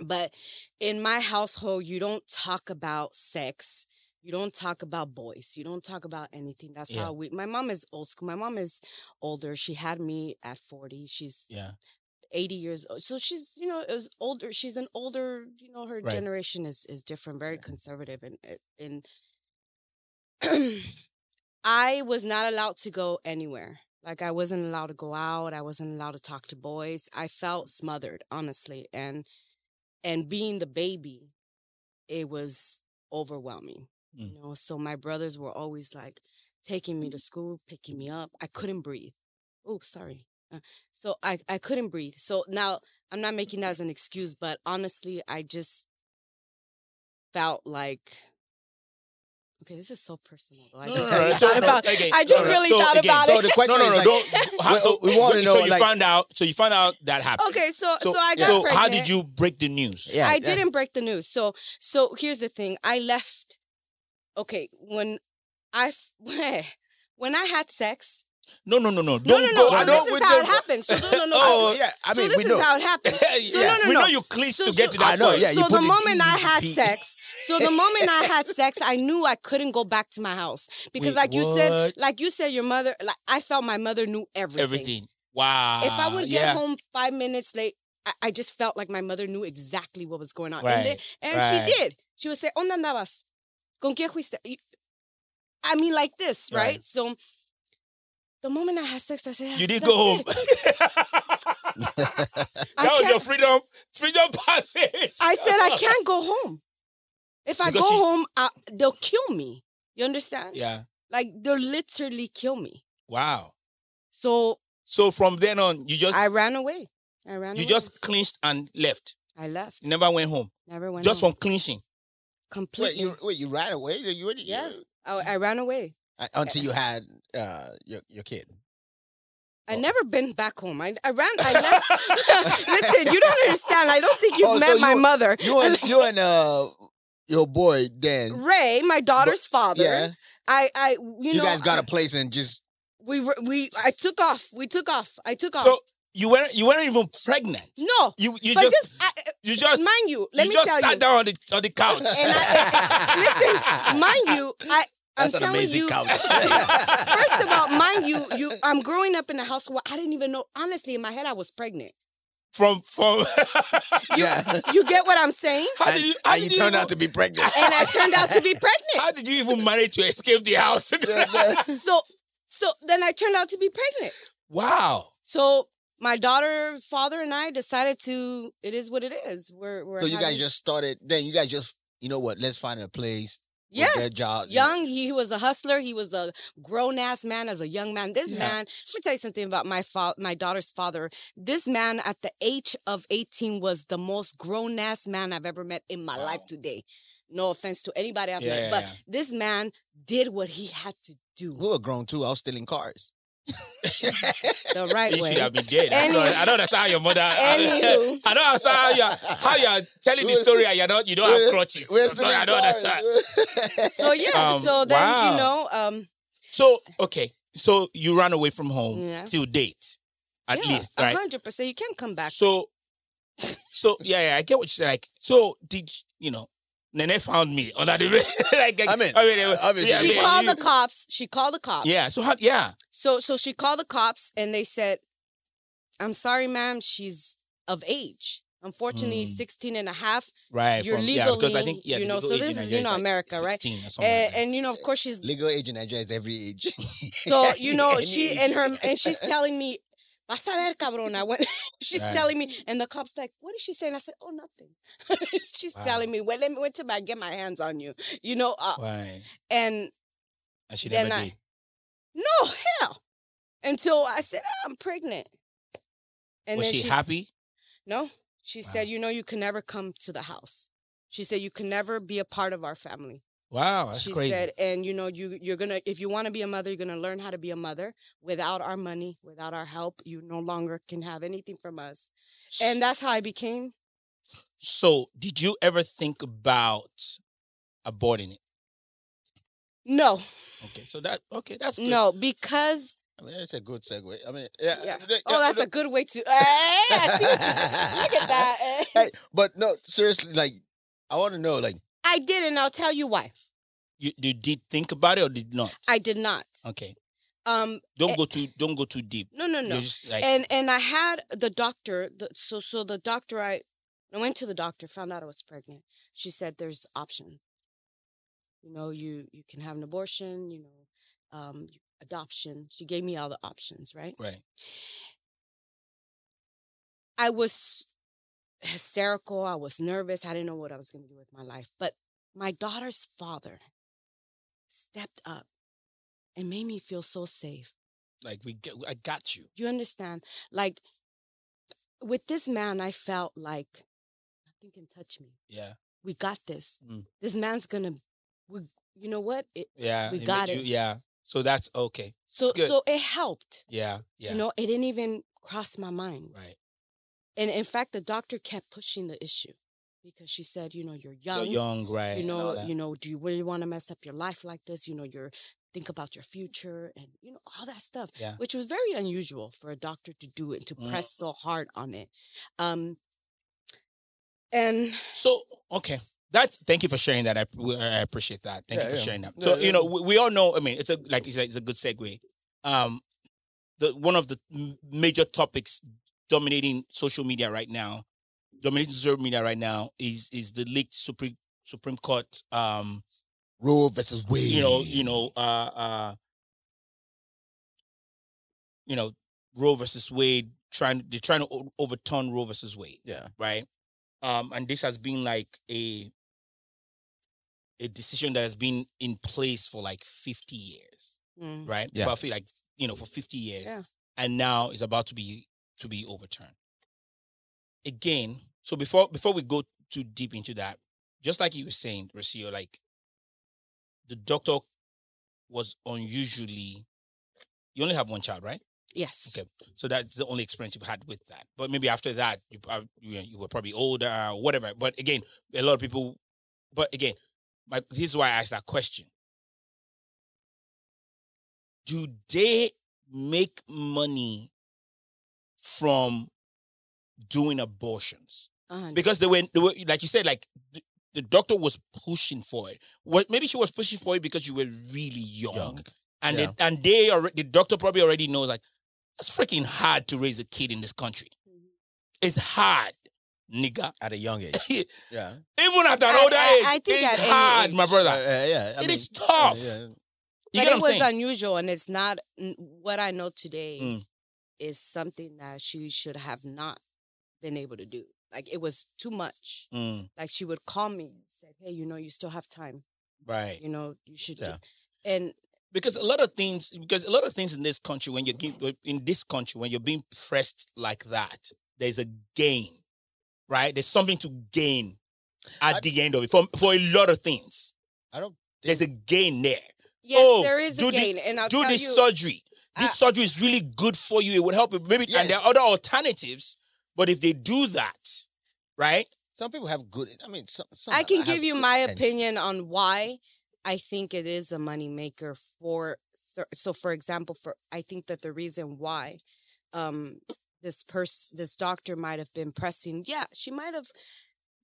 S5: But in my household, you don't talk about sex. You don't talk about boys. You don't talk about anything. That's
S4: Yeah.
S5: how we. My mom is old school. My mom is older. She had me at forty. She's
S4: yeah.
S5: 80 years old. So she's, you know, is older. She's an older, you know, her
S4: Right.
S5: generation is is different, very conservative and and I was not allowed to go anywhere. Like I wasn't allowed to go out. I wasn't allowed to talk to boys. I felt smothered, honestly. And and being the baby, it was overwhelming.
S4: Mm.
S5: You know, so my brothers were always like taking me to school, picking me up. I couldn't breathe. Oh, sorry. Uh, so I, I couldn't breathe. So now I'm not making that as an excuse, but honestly, I just felt like okay, this is so personal. though. I
S4: No,
S5: just
S4: no, no, no,
S5: really
S4: so-
S5: thought
S4: no,
S5: about
S4: okay,
S5: I just
S4: no, no,
S5: really
S4: so
S5: thought
S4: again,
S5: about
S1: So
S5: it.
S1: the question
S4: no,
S1: is
S4: no,
S1: like,
S4: no. don't. how-
S1: we-
S4: so,
S1: we wanna
S4: so
S1: know,
S4: you
S1: like-
S4: found out. So you found out that happened.
S5: Okay, so so, I got
S4: so
S5: pregnant.
S4: how did you break the news?
S1: Yeah,
S5: I
S1: yeah.
S5: didn't break the news. So so here's the thing. I left. Okay, when I f- when I had sex.
S4: No, no, no, no. Don't
S5: No, no, no.
S4: go. I
S5: no
S4: don't.
S5: this
S4: we
S5: is how it
S4: don't-
S5: happened. So no, no, no.
S4: Oh,
S1: yeah, I mean,
S5: so this
S1: we
S5: is
S1: know.
S5: how it happened. So
S4: Yeah,
S5: no, no,
S4: we
S5: no.
S4: know you clinched
S5: So-
S4: to get to
S5: so-
S4: that
S1: I know,
S4: point.
S1: yeah, you
S5: so
S1: put
S5: the
S1: the
S5: moment I
S1: D,
S5: had
S1: P.
S5: sex, so the moment I had sex, I knew I couldn't go back to my house because,
S4: Wait,
S5: like you said,
S4: what?
S5: like you said, your mother, like I felt my mother knew everything.
S4: Everything. Wow.
S5: If I would get
S4: Ah, yeah.
S5: home five minutes late, I, I just felt like my mother knew exactly what was going on, and, then, and
S4: right.
S5: she did. She would say, "Onda andabas? ¿Con qué fuiste?" Y- I mean, like this, right?
S4: Right.
S5: So. The moment I had sex, I said,
S4: you did
S5: "That's
S4: go home.
S5: it. I
S4: that was
S5: can't-
S4: your freedom, freedom passage.
S5: I said I can't go home. If I
S4: Because
S5: go
S4: she-
S5: home, I, they'll kill me. You understand?
S4: Yeah.
S5: Like they'll literally kill me.
S4: Wow.
S5: So
S4: So from then on, you just
S5: I ran away. I ran.
S4: you
S5: away.
S4: just clinched and left.
S5: I left.
S4: You never went home.
S5: Never went.
S4: just
S5: home.
S4: from clinching.
S1: Wait,
S5: completely.
S1: you wait, you ran away? You, you, you-
S5: yeah, I, I ran away.
S1: Uh, until you had uh, your your kid.
S5: I
S1: Oh.
S5: never been back home. I, I ran. I left. Listen, you don't understand. I don't think you've
S1: Oh, so
S5: met my
S1: you-
S5: mother.
S1: You and you and uh, your boy Dan.
S5: Ray, my daughter's father.
S1: yeah,
S5: I, I,
S1: you,
S5: you, know,
S1: guys got
S5: I,
S1: a place and just
S5: we, were- we, I took off. We took off. I took off.
S4: So you weren't you weren't even pregnant.
S5: no,
S4: You you
S5: but
S4: just
S5: this, I,
S4: you just
S5: mind you, let
S4: you
S5: me
S4: just
S5: tell
S4: sat
S5: you.
S4: down on the on the couch.
S5: And I, listen, mind you, I I'm
S1: that's an
S5: telling
S1: amazing
S5: you.
S1: couch.
S5: First of all, mind you, you I'm growing up in a house where I didn't even know. Honestly, in my head, I was pregnant.
S4: from from
S1: yeah,
S5: You get what I'm saying?
S4: how
S1: and,
S4: did you how
S1: and
S4: did
S1: you
S4: you
S1: turned
S4: even,
S1: out to be pregnant.
S5: And I turned out to be pregnant.
S4: how did you even manage to escape the house?
S5: So so then I turned out to be pregnant.
S4: wow.
S5: So my daughter, father, and I decided to. It is what it is. We're we're
S1: so you guys
S5: having-
S1: just started. Then you guys just you know what? Let's find a place.
S5: yeah.
S1: with their job.
S5: Young, he was a hustler. He was a grown ass man as a young man. This
S4: Yeah.
S5: man, let me tell you something about my fa- my daughter's father. This man at the age of 18 was the most grown ass man I've ever met in my
S4: Wow.
S5: life today. No offense to anybody I've
S4: Yeah,
S5: met,
S4: yeah,
S5: but
S4: yeah.
S5: this man did what he had to
S1: We
S5: do
S1: were grown too. I was stealing cars.
S5: the right
S4: You should
S5: way.
S4: have been dead. I,
S5: Any-
S4: don't, I don't understand how your mother.
S5: Anywho.
S4: I don't understand how you're how you're telling the story and you're not you don't have crutches.
S1: We're
S4: I'm sorry, I
S1: stealing
S4: don't
S1: cars.
S4: understand.
S5: So yeah,
S4: Um,
S5: so then
S4: wow.
S5: you know, um,
S4: So okay, so you ran away from home
S5: Yeah.
S4: till date, at
S5: yeah,
S4: least, right?
S5: hundred percent, you can't come back.
S4: So, so yeah, yeah, I get what you're saying. Like, so did you know? Nene found me under the bed. like, like,
S1: I mean,
S4: I mean, uh, it was-
S1: obviously.
S4: yeah,
S5: she
S4: yeah,
S5: called
S4: you-
S5: the cops. She called the cops.
S4: Yeah, so how, yeah,
S5: So so she called the cops and they said, I'm sorry, ma'am, she's of age. Unfortunately,
S4: Mm.
S5: 16 and a half.
S4: right.
S5: You're
S4: from, yeah, because I
S5: legally,
S4: think yeah,
S5: you
S4: the
S5: know,
S4: legal
S5: so
S4: age
S5: this
S4: in
S5: is,
S4: Nigeria
S5: you know,
S4: like
S5: America, right?
S4: 16 or something like
S5: And,
S4: that.
S5: and you know, of course she's
S1: Legal age in Nigeria is every age.
S5: so you know,
S1: Any
S5: she
S1: age.
S5: and her and she's telling me, Vas a ver, cabrón. I went she's
S4: Right.
S5: telling me, and the cops like, what is she saying? I said, Oh, nothing. she's
S4: Wow.
S5: telling me, Well, let me wait till I get my hands on you. You know, uh,
S4: Right.
S5: and
S4: And she
S5: Then
S4: never
S5: I-
S4: did.
S5: No, hell. And so I said, "Ah, I'm pregnant. And
S4: Was she
S5: s-
S4: happy?
S5: No. She
S4: Wow.
S5: said, You know, you can never come to the house. She said, You can never be a part of our family.
S4: Wow, Oh, that's
S5: she
S4: crazy.
S5: said, and you know, you you're gonna if you wanna be a mother, you're gonna learn how to be a mother without our money, without our help. You no longer can have anything from us. And that's how I became
S4: so, did you ever think about aborting it?
S5: no,
S4: Okay, so that okay, that's good.
S5: no, because
S1: I mean, that's a good segue. I mean, yeah.
S5: Yeah.
S1: yeah,
S5: oh, that's
S1: no,
S5: a good way to. Eh, I see what you- look at that. eh.
S1: Hey, but no, seriously, like, I want to know, like,
S5: I did, and I'll tell you why.
S4: You, you did think about it or did not?
S5: I did not.
S4: okay,
S5: Um,
S4: don't
S5: eh,
S4: go too don't go too deep.
S5: no, no, no.
S4: You're just like
S5: and and I had the doctor. The, so so the doctor I, I went to the doctor, found out I was pregnant. She said there's option. You know, you you can have an abortion. You know, um, you- adoption. She gave me all the options. Right.
S4: right,
S5: I was hysterical. I was nervous. I didn't know what I was going to do with my life. But my daughter's father stepped up and made me feel so safe.
S4: like we get, I got you.
S5: You understand? Like with this man, I felt like nothing can touch me.
S4: Yeah,
S5: We got this.
S4: Mm.
S5: This man's gonna, we, you know what? It,
S4: yeah,
S5: We
S4: made
S5: got
S4: you-
S5: it.
S4: yeah, so that's okay.
S5: so
S4: good.
S5: so it helped.
S4: Yeah, yeah,
S5: You know, it didn't even cross my mind.
S4: right.
S5: And in fact, the doctor kept pushing the issue because she said, you know, you're
S4: You're
S5: young.
S4: young, right?
S5: um, you
S4: and all
S5: know,
S4: that.
S5: you know, do you really want to mess up your life like this? You know, you're think about your future and you know all that stuff,
S4: Yeah.
S5: which was very unusual for a doctor to do and to
S4: Mm.
S5: press so hard on it. Um, and
S4: So okay, that's thank you for sharing that. I, we- I appreciate that. Thank
S1: Yeah,
S4: you for
S1: yeah.
S4: sharing that.
S1: Yeah,
S4: So
S1: yeah.
S4: you know, we, we all know. I mean, it's a like you said, it's a good segue. Um, the one of the m- major topics dominating social media right now, dominating social media right now is is the leaked Supreme Supreme Court. Um,
S1: Roe versus Wade.
S4: you know, you know, uh, uh, you know, Roe versus Wade trying they're trying to o- overturn Roe versus Wade
S1: Yeah.
S4: right? Um, and this has been like a a decision that has been in place for like 50 years,
S5: mm,
S4: right?
S1: Yeah.
S4: But I feel like you know for 50 years,
S5: Yeah.
S4: and now it's about to be to be overturned again. So before before we go too deep into that, just like you were saying, Rocio, like the doctor was unusually. You only have one child, right?
S5: yes,
S4: Okay, so that's the only experience you've had with that. But maybe after that, you prob- you, know, you were probably older or whatever. But again, a lot of people. But again, my, this is why I asked that question: Do they make money from doing abortions?
S5: a hundred.
S4: Because they were, they were like you said, like the, the doctor was pushing for it. What maybe she was pushing for it because you were really young,
S1: Young.
S4: and
S1: Yeah.
S4: they, and they already the doctor probably already knows like it's freaking hard to raise a kid in this country.
S5: Mhm.
S4: It's hard, nigga.
S1: At a young age. yeah.
S4: Even at an
S5: I-
S4: older
S5: I-
S4: age,
S5: I think at
S4: it's
S5: any
S4: hard, my
S5: age.
S4: brother.
S1: Uh, uh, yeah.
S4: It
S1: I mean,
S4: is tough.
S1: yeah,
S4: You
S5: but
S4: get
S5: it
S4: what I'm
S5: was
S4: saying?
S5: unusual, and it's not n- what I know today
S4: Mm.
S5: is something that she should have not been able to do. Like it was too much.
S4: Mm,
S5: Like she would call me and said, "Hey, you know, you still have time.
S4: right.
S5: You know, you should."
S1: Yeah.
S5: And
S4: because a lot of things because a lot of things in this country when you are in this country when you're being pressed like that there's a gain right there's something to gain at
S1: I-
S4: the end of it for, for a lot of things
S1: I don't.
S4: there's a gain there
S5: yes,
S4: Oh,
S5: there is a
S4: do the-
S5: gain, and I'll
S4: do
S5: tell
S4: this
S5: you.
S4: surgery this
S5: I-
S4: surgery is really good for you it would help it maybe and there are other alternatives but if they do that right
S1: Some people have good. I mean, some. some
S5: I can
S1: have
S5: give you
S1: good
S5: my
S1: intentions.
S5: opinion on why I think it is a moneymaker for so, so for example for I think that the reason why um this person this doctor might have been pressing yeah she might have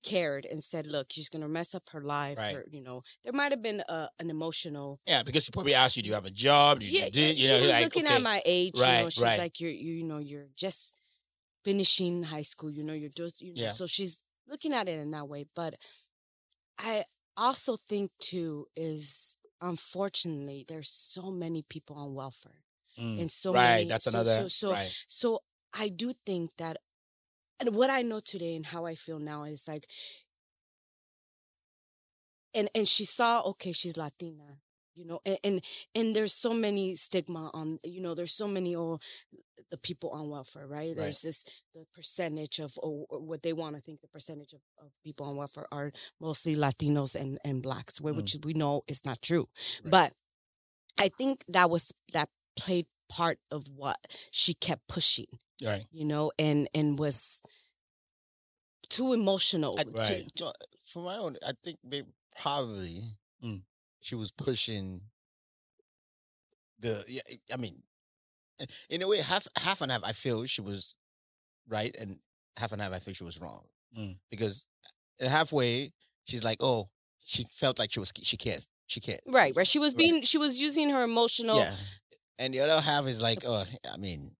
S5: cared and said, "Look, she's gonna mess up her life."
S4: Right.
S5: Her, you know, there might have been a, an emotional.
S4: Yeah, because she probably asked you, do you have a job? Do you
S5: yeah,
S4: do this?"
S5: she
S4: you know,
S5: was
S4: like,
S5: looking
S4: okay.
S5: at my age. you know,
S4: Right,
S5: she's
S4: right.
S5: like, "You're, you, you know, you're just finishing high school. You know, you're just, you know."
S4: Yeah.
S5: So she's looking at it in that way. But I also think too is unfortunately there's so many people on welfare
S4: Mm,
S5: and so
S4: right,
S5: many.
S4: that's
S5: so-
S4: another.
S5: So, so,
S4: right,
S5: so I do think that, and what I know today and how I feel now is like, and and she saw okay, she's Latina, you know, and and, and there's so many stigma on you know, there's so many oh, the people on welfare, right? There's this the percentage of oh, what they want to think the percentage of, of people on welfare are mostly Latinos and and blacks, wh-
S4: Mm.
S5: which we know is not true,
S4: Right.
S5: but I think that was that played part of what she kept pushing
S4: right.
S5: you know, and and was too emotional.
S1: I,
S5: with-
S4: Right.
S1: to- to- for my own, I think they probably
S4: Mm.
S1: she was pushing the. Yeah, eh, I mean, eh, in a way, half half and half. I feel she was right, and half and half. I feel she was wrong
S4: Mm.
S1: because eh, halfway she's like, "Oh, she felt like she was she can't, she can't."
S5: right, right. She was
S1: Right.
S5: being, she was using her emotional.
S1: Yeah, and the other half is like, "Oh, I mean."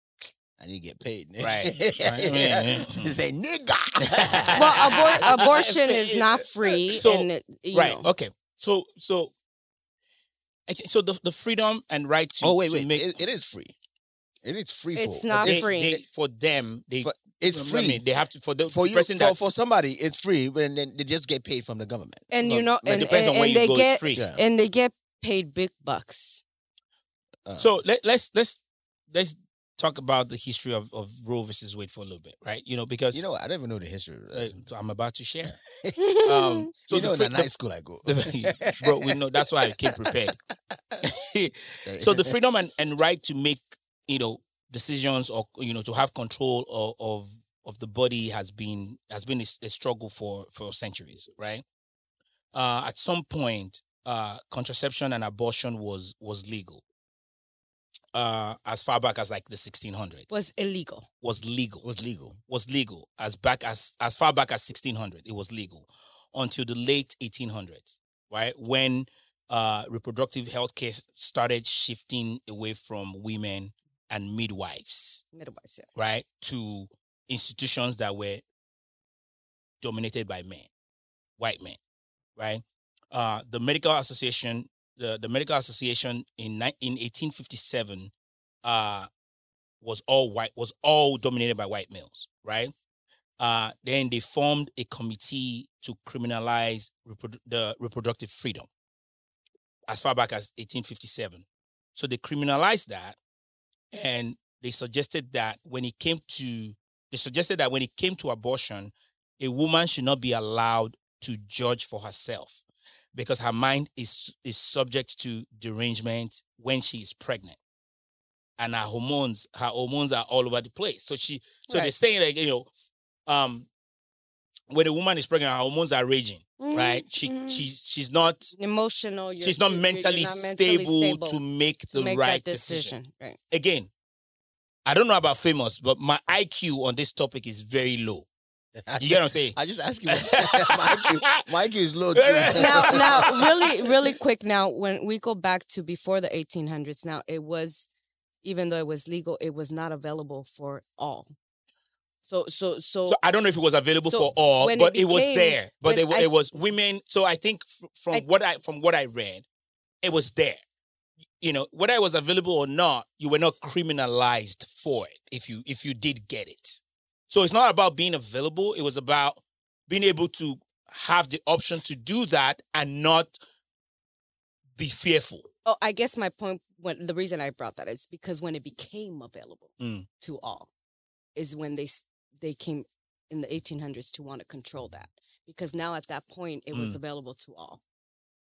S1: I need to get paid.
S4: Right. Right. Yeah.
S1: You say nigga.
S5: eh, mm. Well, abor- abortion is not free,
S4: Uh, So-
S5: and it- you
S4: right.
S5: know,
S4: Okay. So so I thi- so the, the freedom and right to
S1: oh wait,
S4: to
S1: wait.
S4: make
S1: it, it is free. It is free.
S5: It's
S1: for-
S5: not
S4: they-
S5: free.
S4: they- for them they
S1: For- It's
S4: remember
S1: free.
S4: me, they have to for the
S1: for you,
S4: person
S1: for,
S4: that
S1: for somebody, it's free, but then they just get paid from the government.
S5: and you
S1: Well,
S5: know,
S4: it
S5: and,
S4: depends
S5: and,
S4: on where
S5: and
S4: you
S5: they
S4: go
S5: get
S4: it's free.
S1: Yeah.
S5: and they get paid big bucks.
S1: Uh,
S4: So let, let's let's let's talk about the history of of Roe versus Wade for a little bit, right? You know because
S1: you know, what? I don't even know the history. Mm.
S4: uh, so I'm about to share. Um,
S5: Um,
S4: so
S1: you know,
S4: the, fre-
S1: in the night school I go.
S4: the- bro, we know that's why I came prepared. so the freedom and, and right to make you know decisions or you know to have control of of, of the body has been has been a, s- a struggle for for centuries right uh at some point uh contraception and abortion was was legal uh as far back as like the 1600s
S5: was illegal.
S4: was legal
S1: was legal.
S4: was legal as back as as far back as 1600 it was legal until the late 1800s right when uh reproductive health care started shifting away from women and midwives
S5: Midwives, yeah.
S4: right to institutions that were dominated by men white men right uh the medical association the, the medical association in ni- in 1857 uh was all white was all dominated by white males right uh then they formed a committee to criminalize reprodu- the reproductive freedom as far back as 1857 so they criminalized that and they suggested that when it came to they suggested that when it came to abortion a woman should not be allowed to judge for herself because her mind is is subject to derangement when she is pregnant and her hormones her hormones are all over the place so she so they're
S5: Right.
S4: saying like you know um when a woman is pregnant her hormones are raging right she
S5: Mhm.
S4: she she's not
S5: emotional. You're,
S4: she's not
S5: you're- you're
S4: mentally,
S5: not
S4: stable, to
S5: stable
S4: make the
S5: make that
S4: right decision
S5: decision. Right.
S4: again, I don't know about famous, but my IQ on this topic is very low. You get what I'm saying?
S1: I just ask you, Mikey. Mikey is low too.
S5: now, now, really, really quick. Now, when we go back to before the 1800s, now it was, even though it was legal, it was not available for all. So, so, so,
S4: So I don't know if it was available
S5: So
S4: for all,
S5: when it
S4: but it, was
S5: became-
S4: there. But
S5: when
S4: they, were-
S5: I-
S4: it was women. So I think f- from
S5: I-
S4: what I from what I read, it was there. You know, whether it was available or not, you were not criminalized for it if you if you did get it. So it's not about being available. It was about being able to have the option to do that and not be fearful.
S5: oh, I guess my point, when the reason I brought that is because when it became available
S4: Mm.
S5: to all, is when they s- they came in the 1800s to want to control that because now at that point it
S4: Mm.
S5: was available to all.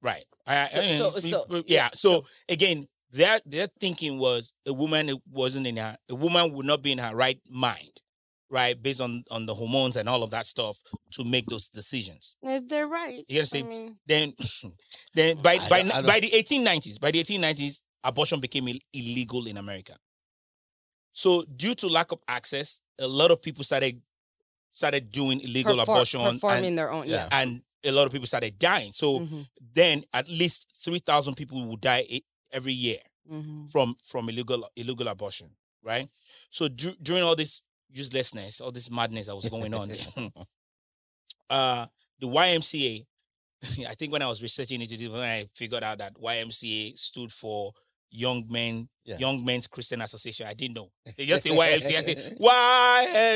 S4: Right. I, I-
S5: So-
S4: I-
S5: so-
S4: we-
S5: so-
S4: we- yeah.
S5: yeah,
S4: So, again, their their thinking was a woman wasn't in her a woman would not be in her right mind, right, based on on the hormones and all of that stuff to make those decisions.
S5: Is They're right.
S4: You understand?
S5: I mean,
S4: Then, then by
S1: I
S4: by
S1: don't- I
S4: by the 1890s, by the 1890s, abortion became Ill- illegal in America. So due to lack of access, a lot of people started started doing illegal
S5: Perfor-
S4: abortion
S5: performing
S4: and,
S5: their own. Yeah.
S4: and a lot of people started dying. So
S5: Mhm,
S4: then at least 3,000 people will die e- every year
S5: mhm.
S4: from from illegal illegal abortion, right? So dur- during all this uselessness, all this madness that was going on, uh, the YMCA, I think when I was researching into this, when I figured out that YMCA stood for Young Men
S1: Yeah.
S4: Young Men's Christian Association, I didn't know. They just say YMCA, I say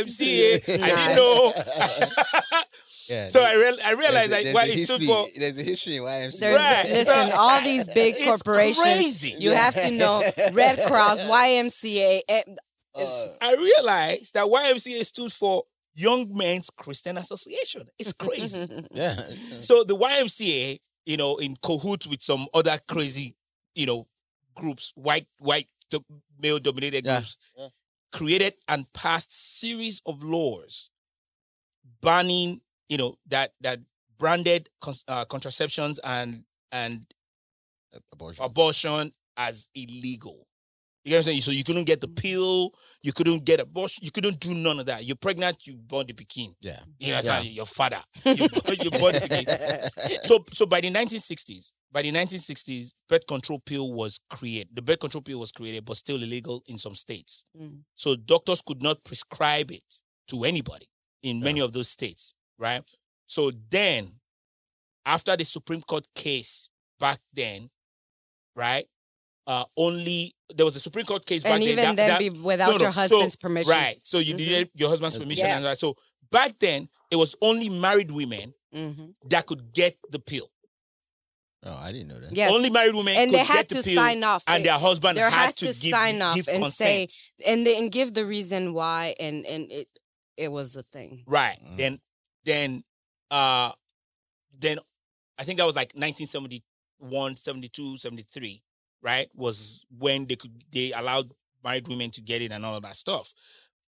S4: YMCA. I didn't know.
S1: Yeah,
S4: so
S1: there-
S4: I real I
S1: there's
S4: realized
S1: a-
S4: that
S1: there's
S4: why
S1: a
S4: it stood
S1: history-
S4: for.
S1: There's a history in YMCA.
S5: There's
S4: Right.
S5: listen,
S4: So-
S5: all these big
S4: It's
S5: corporations.
S4: crazy.
S5: You have to know Red Cross, YMCA. eh,
S1: Uh,
S4: I realized that YMCA stood for Young Men's Christian Association. It's crazy.
S5: mm-hmm,
S1: yeah.
S4: So the YMCA, you know, in cahoots with some other crazy, you know, groups, white, white, do- male-dominated
S1: Yeah.
S4: groups,
S1: Yeah.
S4: created and passed series of laws banning, you know, that that branded cons- uh, contraceptions and and
S1: Abortion.
S4: abortion as illegal. You get what I'm saying? So you couldn't get the pill, you couldn't get abortion, you couldn't do none of that. You're pregnant, you born the pikin.
S1: Yeah.
S4: You know, yeah.
S1: Yeah.
S4: your father. You, born- you born the pikin so so by the 1960s by the 1960s birth control pill was created the birth control pill was created but still illegal in some states
S5: Mm.
S4: so doctors could not prescribe it to anybody in many of those states right so then after the supreme court case back then right uh only there was a supreme court case back
S5: and even
S4: then that-
S5: then,
S4: that-
S5: be without
S4: no, no.
S5: your
S4: So,
S5: husband's permission.
S4: right so you
S5: Mhm.
S4: needed your husband's
S1: Mhm.
S4: permission
S5: Yeah.
S4: and all that. so back then it was only married women
S5: hmm
S4: that could get the pill
S1: Oh, I didn't know that.
S5: Yes.
S4: only married women
S5: and
S4: could
S5: they had
S4: get the
S5: to
S4: pill,
S5: sign off.
S4: and
S5: They-
S4: their husband
S5: there
S4: had
S5: has
S4: to
S5: to
S4: give,
S5: sign off
S4: give
S5: and say-
S4: consent.
S5: and they, and give the reason why and and it it was a thing
S4: right
S1: Mm.
S4: then then uh then i think that was like 1971 72 73 right was when they could they allowed married women to get it and all of that stuff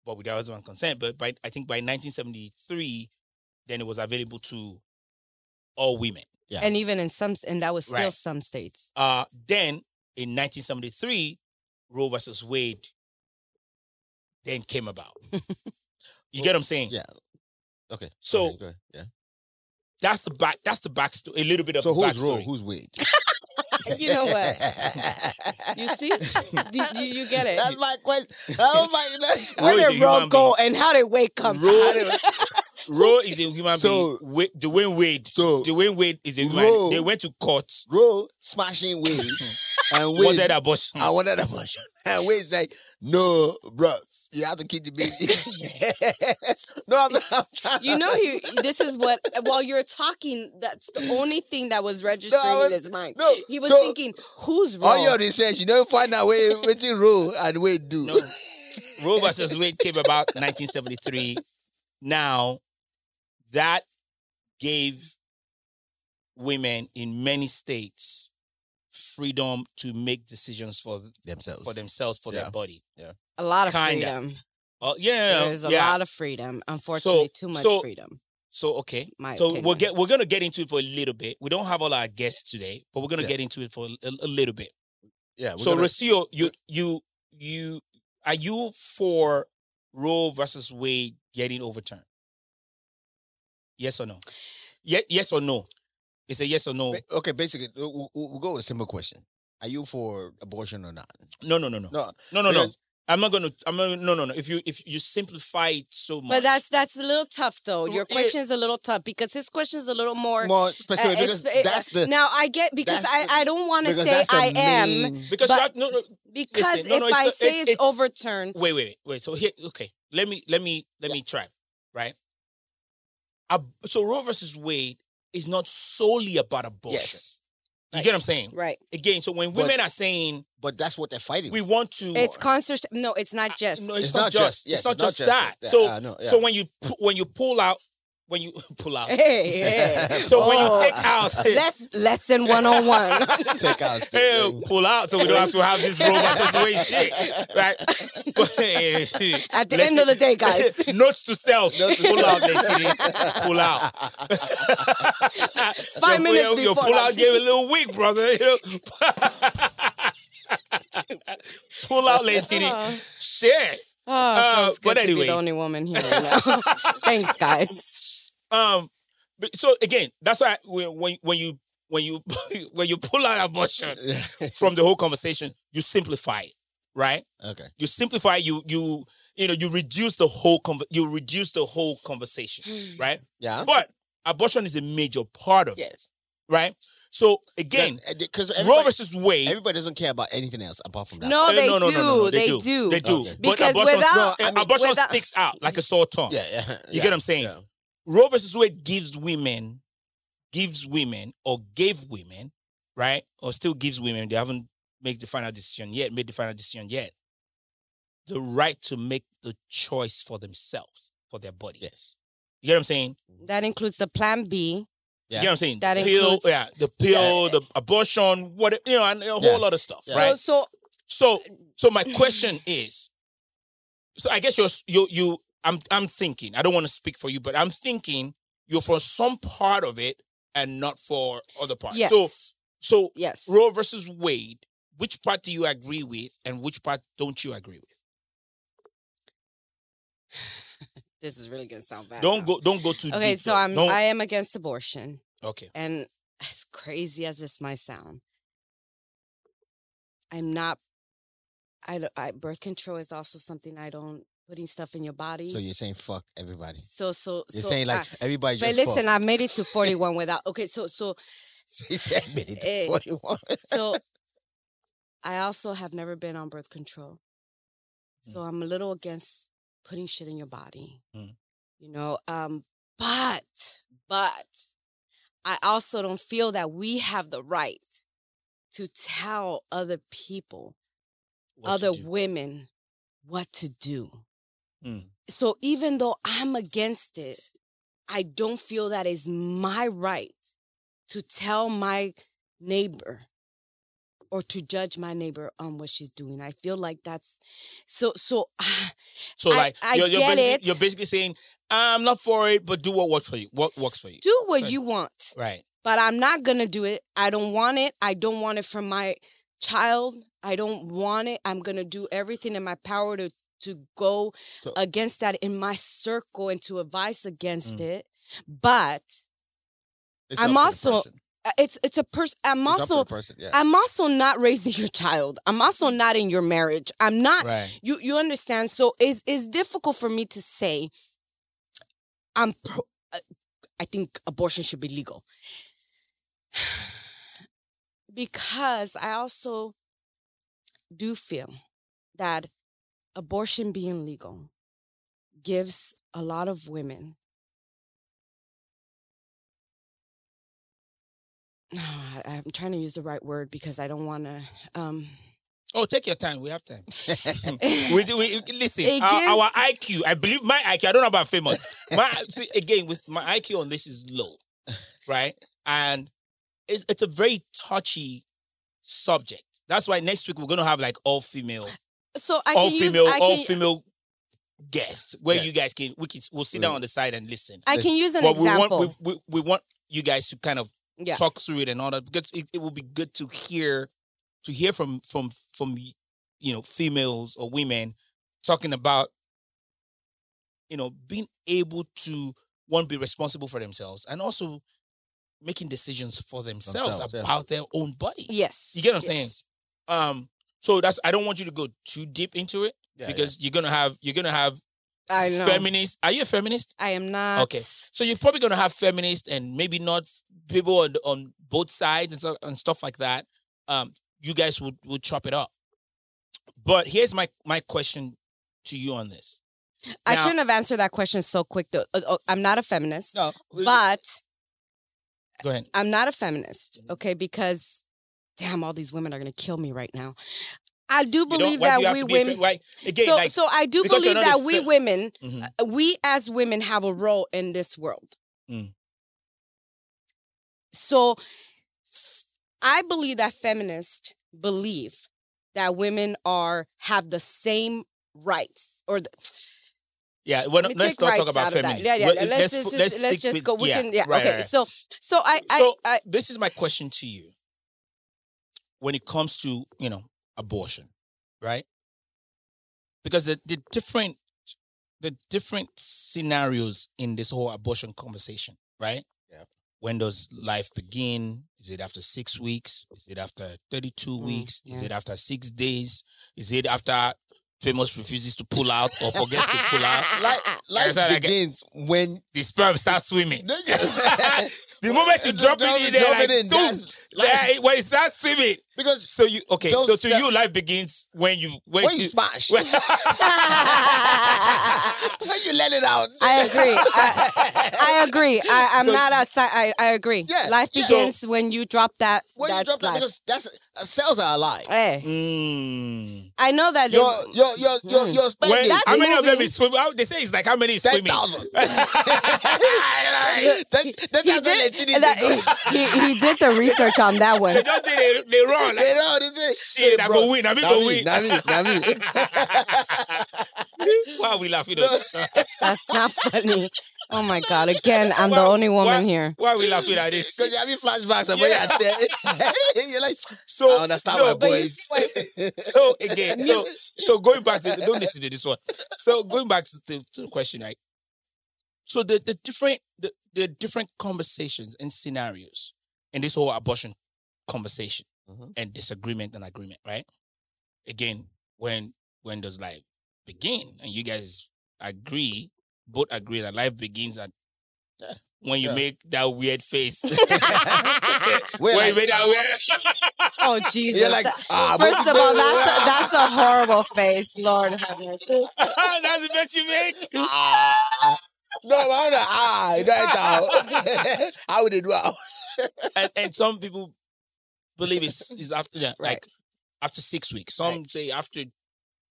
S4: but with their husband consent but by i think by 1973 then it was available to all women
S1: Yeah.
S5: and even in some s- and that was still
S4: Right.
S5: some states
S4: Uh, then in 1973, Roe versus Wade then came about. you get what I'm saying?
S1: Yeah. Okay.
S4: So-
S1: okay, go ahead. yeah.
S4: That's the back. That's the backstory. A little bit of
S1: So
S4: the
S1: who's
S4: backstory.
S1: Roe? Who's Wade?
S5: you know what you see do, do you get it
S1: That's my question. How am I?
S4: Roe is a human
S5: and how did wake up
S4: Roe, Roe is a human
S1: So-
S4: being. Wa- Dwayne Wade.
S1: So-
S4: Dwayne Wade is a human.
S1: Roe-
S4: They went to court.
S1: Roe smashing Wade and Wade.
S4: Wanted abortion.
S1: I wanted abortion. And Wade's like, no, bros, you have to keep the baby. no, I'm not. I'm trying
S5: you know you this is what while you're talking that's the only thing that was registering
S1: was-
S5: in his mind
S1: no,
S5: he was
S1: so-
S5: thinking who's wrong
S1: all your research, you don't find out where waiting Roe and Wade do.
S4: No. Roe versus Wade came about 1973. Now, that gave women in many states freedom to make decisions for
S1: Themselves.
S4: for themselves for
S1: Yeah.
S4: their body.
S5: a lot of
S4: kinda.
S5: freedom
S4: Oh yeah,
S5: there's a
S4: yeah.
S5: lot of freedom unfortunately too much
S4: so-
S5: freedom
S4: so okay,
S5: my
S4: so
S5: opinion.
S4: we'll get we're gonna get into it for a little bit. We don't have all our guests today, but we're gonna
S1: Yeah.
S4: get into it for a, a little bit.
S1: Yeah. we're
S4: So
S1: gonna-
S4: Rocio, you you you are you for Roe versus Wade getting overturned? Yes or no? Ye- yes or no? It's a yes or
S5: Oh.
S4: no.
S1: ba- okay, basically, we'll, we'll go with a simple question. Are you for abortion or not?
S4: No, no, no, no,
S1: No,
S4: no, no, no.
S1: because-
S4: I'm not gonna. I'm not, no, no, no. If you if you simplify it so much,
S5: But that's that's a little tough though. Your
S4: it-
S5: question is a little tough because his question is a little more.
S1: more
S5: uh,
S1: specific because
S5: exp- uh,
S1: that's the
S5: now I get because
S1: that's
S5: I,
S1: the-
S5: I don't want to
S1: because
S5: say
S1: that's the
S5: I am
S1: main-
S4: because
S5: but-
S4: you have, no, no.
S5: because
S4: Listen, no, no,
S5: if
S4: it's
S5: I
S4: not-
S5: say
S4: it-
S5: it's,
S4: it's-
S5: overturned,
S4: Wait, wait, wait, wait. So here, okay. Let me let me let me try. Right. Ab- so Roe versus Wade is not solely about abortion.
S1: Yes.
S4: You get what I'm saying?
S5: right?
S4: again. So when
S1: But-
S4: women are saying
S1: But that's what they're fighting.
S4: we want to,
S5: It's concert. No, it's not just.
S4: no,
S1: It's
S4: it's,
S1: not
S4: not,
S1: just-
S4: just,
S1: yes,
S4: it's not just, that.
S1: that.
S4: So
S1: I know, yeah.
S4: so when you pu- when you pull out when you pull out.
S5: Hey, hey.
S4: So when
S5: Oh,
S4: you take out,
S5: less lesson one on one.
S1: take out.
S4: Hey, pull out so we don't have to have this robot situation, shit, right?
S5: At the end of the day, guys.
S4: notes to self:
S1: Note to
S4: pull out,
S1: self.
S4: Lady. pull out. Your-
S5: Five minutes
S4: your, your
S5: before
S4: pull out
S5: that.
S4: gave a little weak, brother. pull out, Lady.
S5: Uh.
S4: Shit.
S5: Oh, it
S4: Uh,
S5: feels
S4: but
S5: good to be
S4: anyways.
S5: the only woman here. right now. Thanks, guys.
S4: Um, but, so again, that's why when when, when you when you when you pull out abortion from the whole conversation, you simplify it, right?
S1: okay.
S4: You simplify. You you you know you reduce the whole conver- you reduce the whole
S5: Hmm.
S4: conversation, right?
S1: Yeah.
S4: But abortion is a major part of it,
S1: Yes.
S4: right? So again,
S1: because
S4: Roe
S1: everybody,
S4: versus Wade.
S1: everybody doesn't care about anything else apart from that.
S5: No, Oh, they
S4: Uh, Eh, no, no,
S5: do.
S4: no, no, no,
S5: they,
S4: do.
S5: do.
S4: They do.
S1: Okay.
S4: But
S5: Because
S4: abortion,
S5: without-
S4: no,
S5: I mean,
S4: abortion
S5: without-
S4: sticks out like a sore thumb.
S1: Yeah, yeah.
S4: You get what I'm saying?
S1: Yeah.
S4: Roe versus Wade gives women, gives women, or gave women, right? Or still gives women, they haven't made the final decision yet, made the final decision yet, the right to make the choice for themselves, for their body.
S1: Yes.
S4: You get what I'm saying?
S5: That includes the plan B.
S1: Yeah.
S4: You get what I'm saying?
S5: That
S4: the pill,
S5: includes-
S4: yeah, the pill, the abortion, what you know, and a whole
S1: Yeah.
S4: lot of stuff,
S1: Yeah.
S4: right?
S5: So, so
S4: So, so my question is, so I guess you're you you I'm I'm thinking. I don't want to speak for you, but I'm thinking you're for some part of it and not for other parts.
S5: yes,
S4: So so
S5: yes.
S4: Roe versus Wade, which part do you agree with and which part don't you agree with?
S5: This is really gonna sound bad.
S4: Don't
S5: now.
S4: go don't go too deep.
S5: Uh, Okay, so
S4: though.
S5: I'm
S4: Don't-
S5: I am against abortion,
S4: okay.
S5: and as crazy as this might sound, I'm not. I, don't- I birth control is also something I don't putting stuff in your body.
S1: So you're saying fuck everybody.
S5: so so
S1: You're
S5: so
S1: saying like
S5: I-
S1: everybody
S5: but
S1: just
S5: listen,
S1: fuck.
S5: I made it to 41 without. Okay, so so
S1: He said many to
S5: Eh.
S1: 41.
S5: so I also have never been on birth control. So
S1: Mm.
S5: I'm a little against putting shit in your body.
S4: Mm.
S5: You know, um but but I also don't feel that we have the right to tell other people,
S4: What to
S5: other
S4: do.
S5: women what to do.
S4: Mm.
S5: So even though I'm against it, I don't feel that is my right to tell my neighbor or to judge my neighbor on what she's doing. I feel like that's so so ah,
S4: So
S5: I-
S4: like
S5: I
S4: you're, you're
S5: get
S4: basically,
S5: it.
S4: you're basically saying I'm not for it, but do what works for you. What works for you?
S5: do what
S4: Right.
S5: you want,
S4: Right.
S5: but I'm not going to do it. I don't want it. I don't want it from my child. I don't want it. I'm going to do everything in my power to to go
S1: So-
S5: against that in my circle and to advise
S1: Mm.
S5: against it. But
S1: It's
S5: I'm
S1: up to the
S5: also-
S1: person.
S5: Uh, it's it's a person i'm
S1: It's up to the
S5: also
S1: person. Yeah.
S5: i'm also not raising your child i'm also not in your marriage i'm not
S4: Right.
S5: you you understand so it's it's difficult for me to say i'm pro, uh, i think abortion should be legal because i also do feel that abortion being legal gives a lot of women I- I'm trying to use the right word because I don't want to. Um,
S4: Oh, take your time. We have time. we, do- we listen.
S5: It
S4: Our,
S5: gives-
S4: our IQ. I believe my IQ. I don't know about famous. My see, again with my IQ on this is low, right? And it's, it's a very touchy subject. That's why next week we're gonna have like all female,
S5: so I
S4: all
S5: can
S4: female,
S5: use I
S4: all
S5: can,
S4: female guests where
S1: Yeah.
S4: you guys can we can we'll sit down on the side and listen.
S5: I can use an
S4: But we
S5: example.
S4: want we, we, we want you guys to kind of
S5: yeah,
S4: talk through it and all that because it, it will be good to hear to hear from from from you know females or women talking about you know being able to one be responsible for themselves and also making decisions for themselves,
S1: Themselves, yeah.
S4: about their own body
S5: yes.
S4: you get what I'm saying?
S5: yes.
S4: um so that's i don't want you to go too deep into it
S1: Yeah,
S4: because you're gonna have you're gonna have
S5: I know.
S4: feminist are you a feminist
S5: I am not.
S4: Okay. so you're probably gonna have feminists and maybe not people on, on both sides and, so, and stuff like that. Um, you guys would would chop it up. But here's my my question to you on this.
S5: I
S4: Now-
S5: shouldn't have answered that question so quick though. Uh, uh, I'm not a feminist,
S1: No, we-
S5: but
S4: Go ahead.
S5: I'm not a feminist.
S4: Mm-hmm.
S5: Okay, because damn, all these women are gonna kill me right now. I do
S4: You don't-
S5: believe
S4: why do you
S5: that
S4: have
S5: we
S4: to be a fe-
S5: women.
S4: why- again,
S5: so,
S4: like,
S5: so I do
S4: because you're
S5: believe
S4: not a
S5: that we
S4: fe-
S5: women,
S4: Mhm.
S5: uh, we as women, have a role in this world.
S4: Mm.
S5: So, I believe that feminists believe that women are have the same rights or the,
S4: yeah, well,
S5: Let me
S4: let's
S5: take
S4: not talk
S5: rights
S4: about
S5: out of that.
S4: feminists.
S5: Yeah, yeah.
S4: Well,
S5: Let's, just,
S4: fo-
S5: let's,
S4: stick
S5: just
S4: with-
S5: go. We
S4: yeah,
S5: can. Yeah.
S4: right,
S5: okay.
S4: right, right.
S5: So so I I,
S4: so
S5: I
S4: this is my question to you. When it comes to you know abortion, right? because the, the different the different scenarios in this whole abortion conversation, right?
S1: Yeah.
S4: When does life begin? Is it after six weeks? Is it after thirty-two
S5: Mm,
S4: weeks? Is
S5: yeah.
S4: it after six days? Is it after Famous refuses to pull out or forgets to pull out.
S1: Life, life
S4: That's not like-
S1: begins when
S4: The sperm starts swimming. The
S1: the
S4: moment you drop it in there, like,
S1: that's
S4: dude,
S1: life.
S4: there- when it starts swimming.
S1: because
S4: So you okay?
S1: Those
S4: so to
S1: se-
S4: you, life begins when you when,
S1: when you smash,
S4: when-
S1: when you let it out,
S5: I agree. I, I agree. I, I'm
S4: So-
S5: not a si- I, I agree.
S1: Yeah,
S5: Life
S1: yeah.
S5: begins when you drop that.
S1: when you
S5: that
S1: drop that,
S5: life.
S1: because that's uh, cells are alive.
S5: Hey,
S4: Mm.
S5: I know that. They,
S1: Your your your
S5: Hmm.
S1: your your
S4: When-
S1: spending
S5: That's
S4: how many of them
S5: moving.
S4: is swimming? How- They say it's like how many is
S1: ten
S4: swimming?
S1: thousand. that, that, that's
S5: he
S1: what they
S5: did.
S1: did in
S5: That,
S1: the-
S5: he, he, he did the research on that one.
S4: They just they, they run.
S1: They
S4: Like,
S1: know this is
S4: Shit, I
S1: bro.
S4: go win. I mean,
S1: Nah,
S4: go
S1: me,
S4: win.
S1: nah, me, nah, me.
S4: Why are we laughing? at
S5: That's not funny. Oh my god! Again, I'm the
S4: Why-
S5: only
S4: why-
S5: woman here.
S4: Why are we laughing at this?
S1: Because you have your flashbacks of what
S4: Yeah.
S1: you're telling. You're like,
S4: So
S1: I understand
S4: so,
S1: my
S5: but you
S1: boys.
S4: so again, so so going back to don't listen to this one. So going back to, to, to the question, right? So the the different the, the different conversations and scenarios in this whole abortion conversation
S1: Mhm.
S4: and disagreement and agreement, right? Again, when when does life begin? And you guys agree, both agree that life begins at eh, when you
S1: Yeah.
S4: make that weird face.
S1: We're
S4: when you
S1: like-
S4: make that weird
S5: Oh Jesus!
S1: You're like, ah,
S5: First of
S1: but-
S5: all, that's a, that's a horrible face, Lord have mercy.
S4: that's the best you make.
S1: ah. No, no, no, ah, you know it's how. How would they do out?
S4: and, and some people believe it's, it's after that,
S5: Right.
S4: like after six weeks. Some say after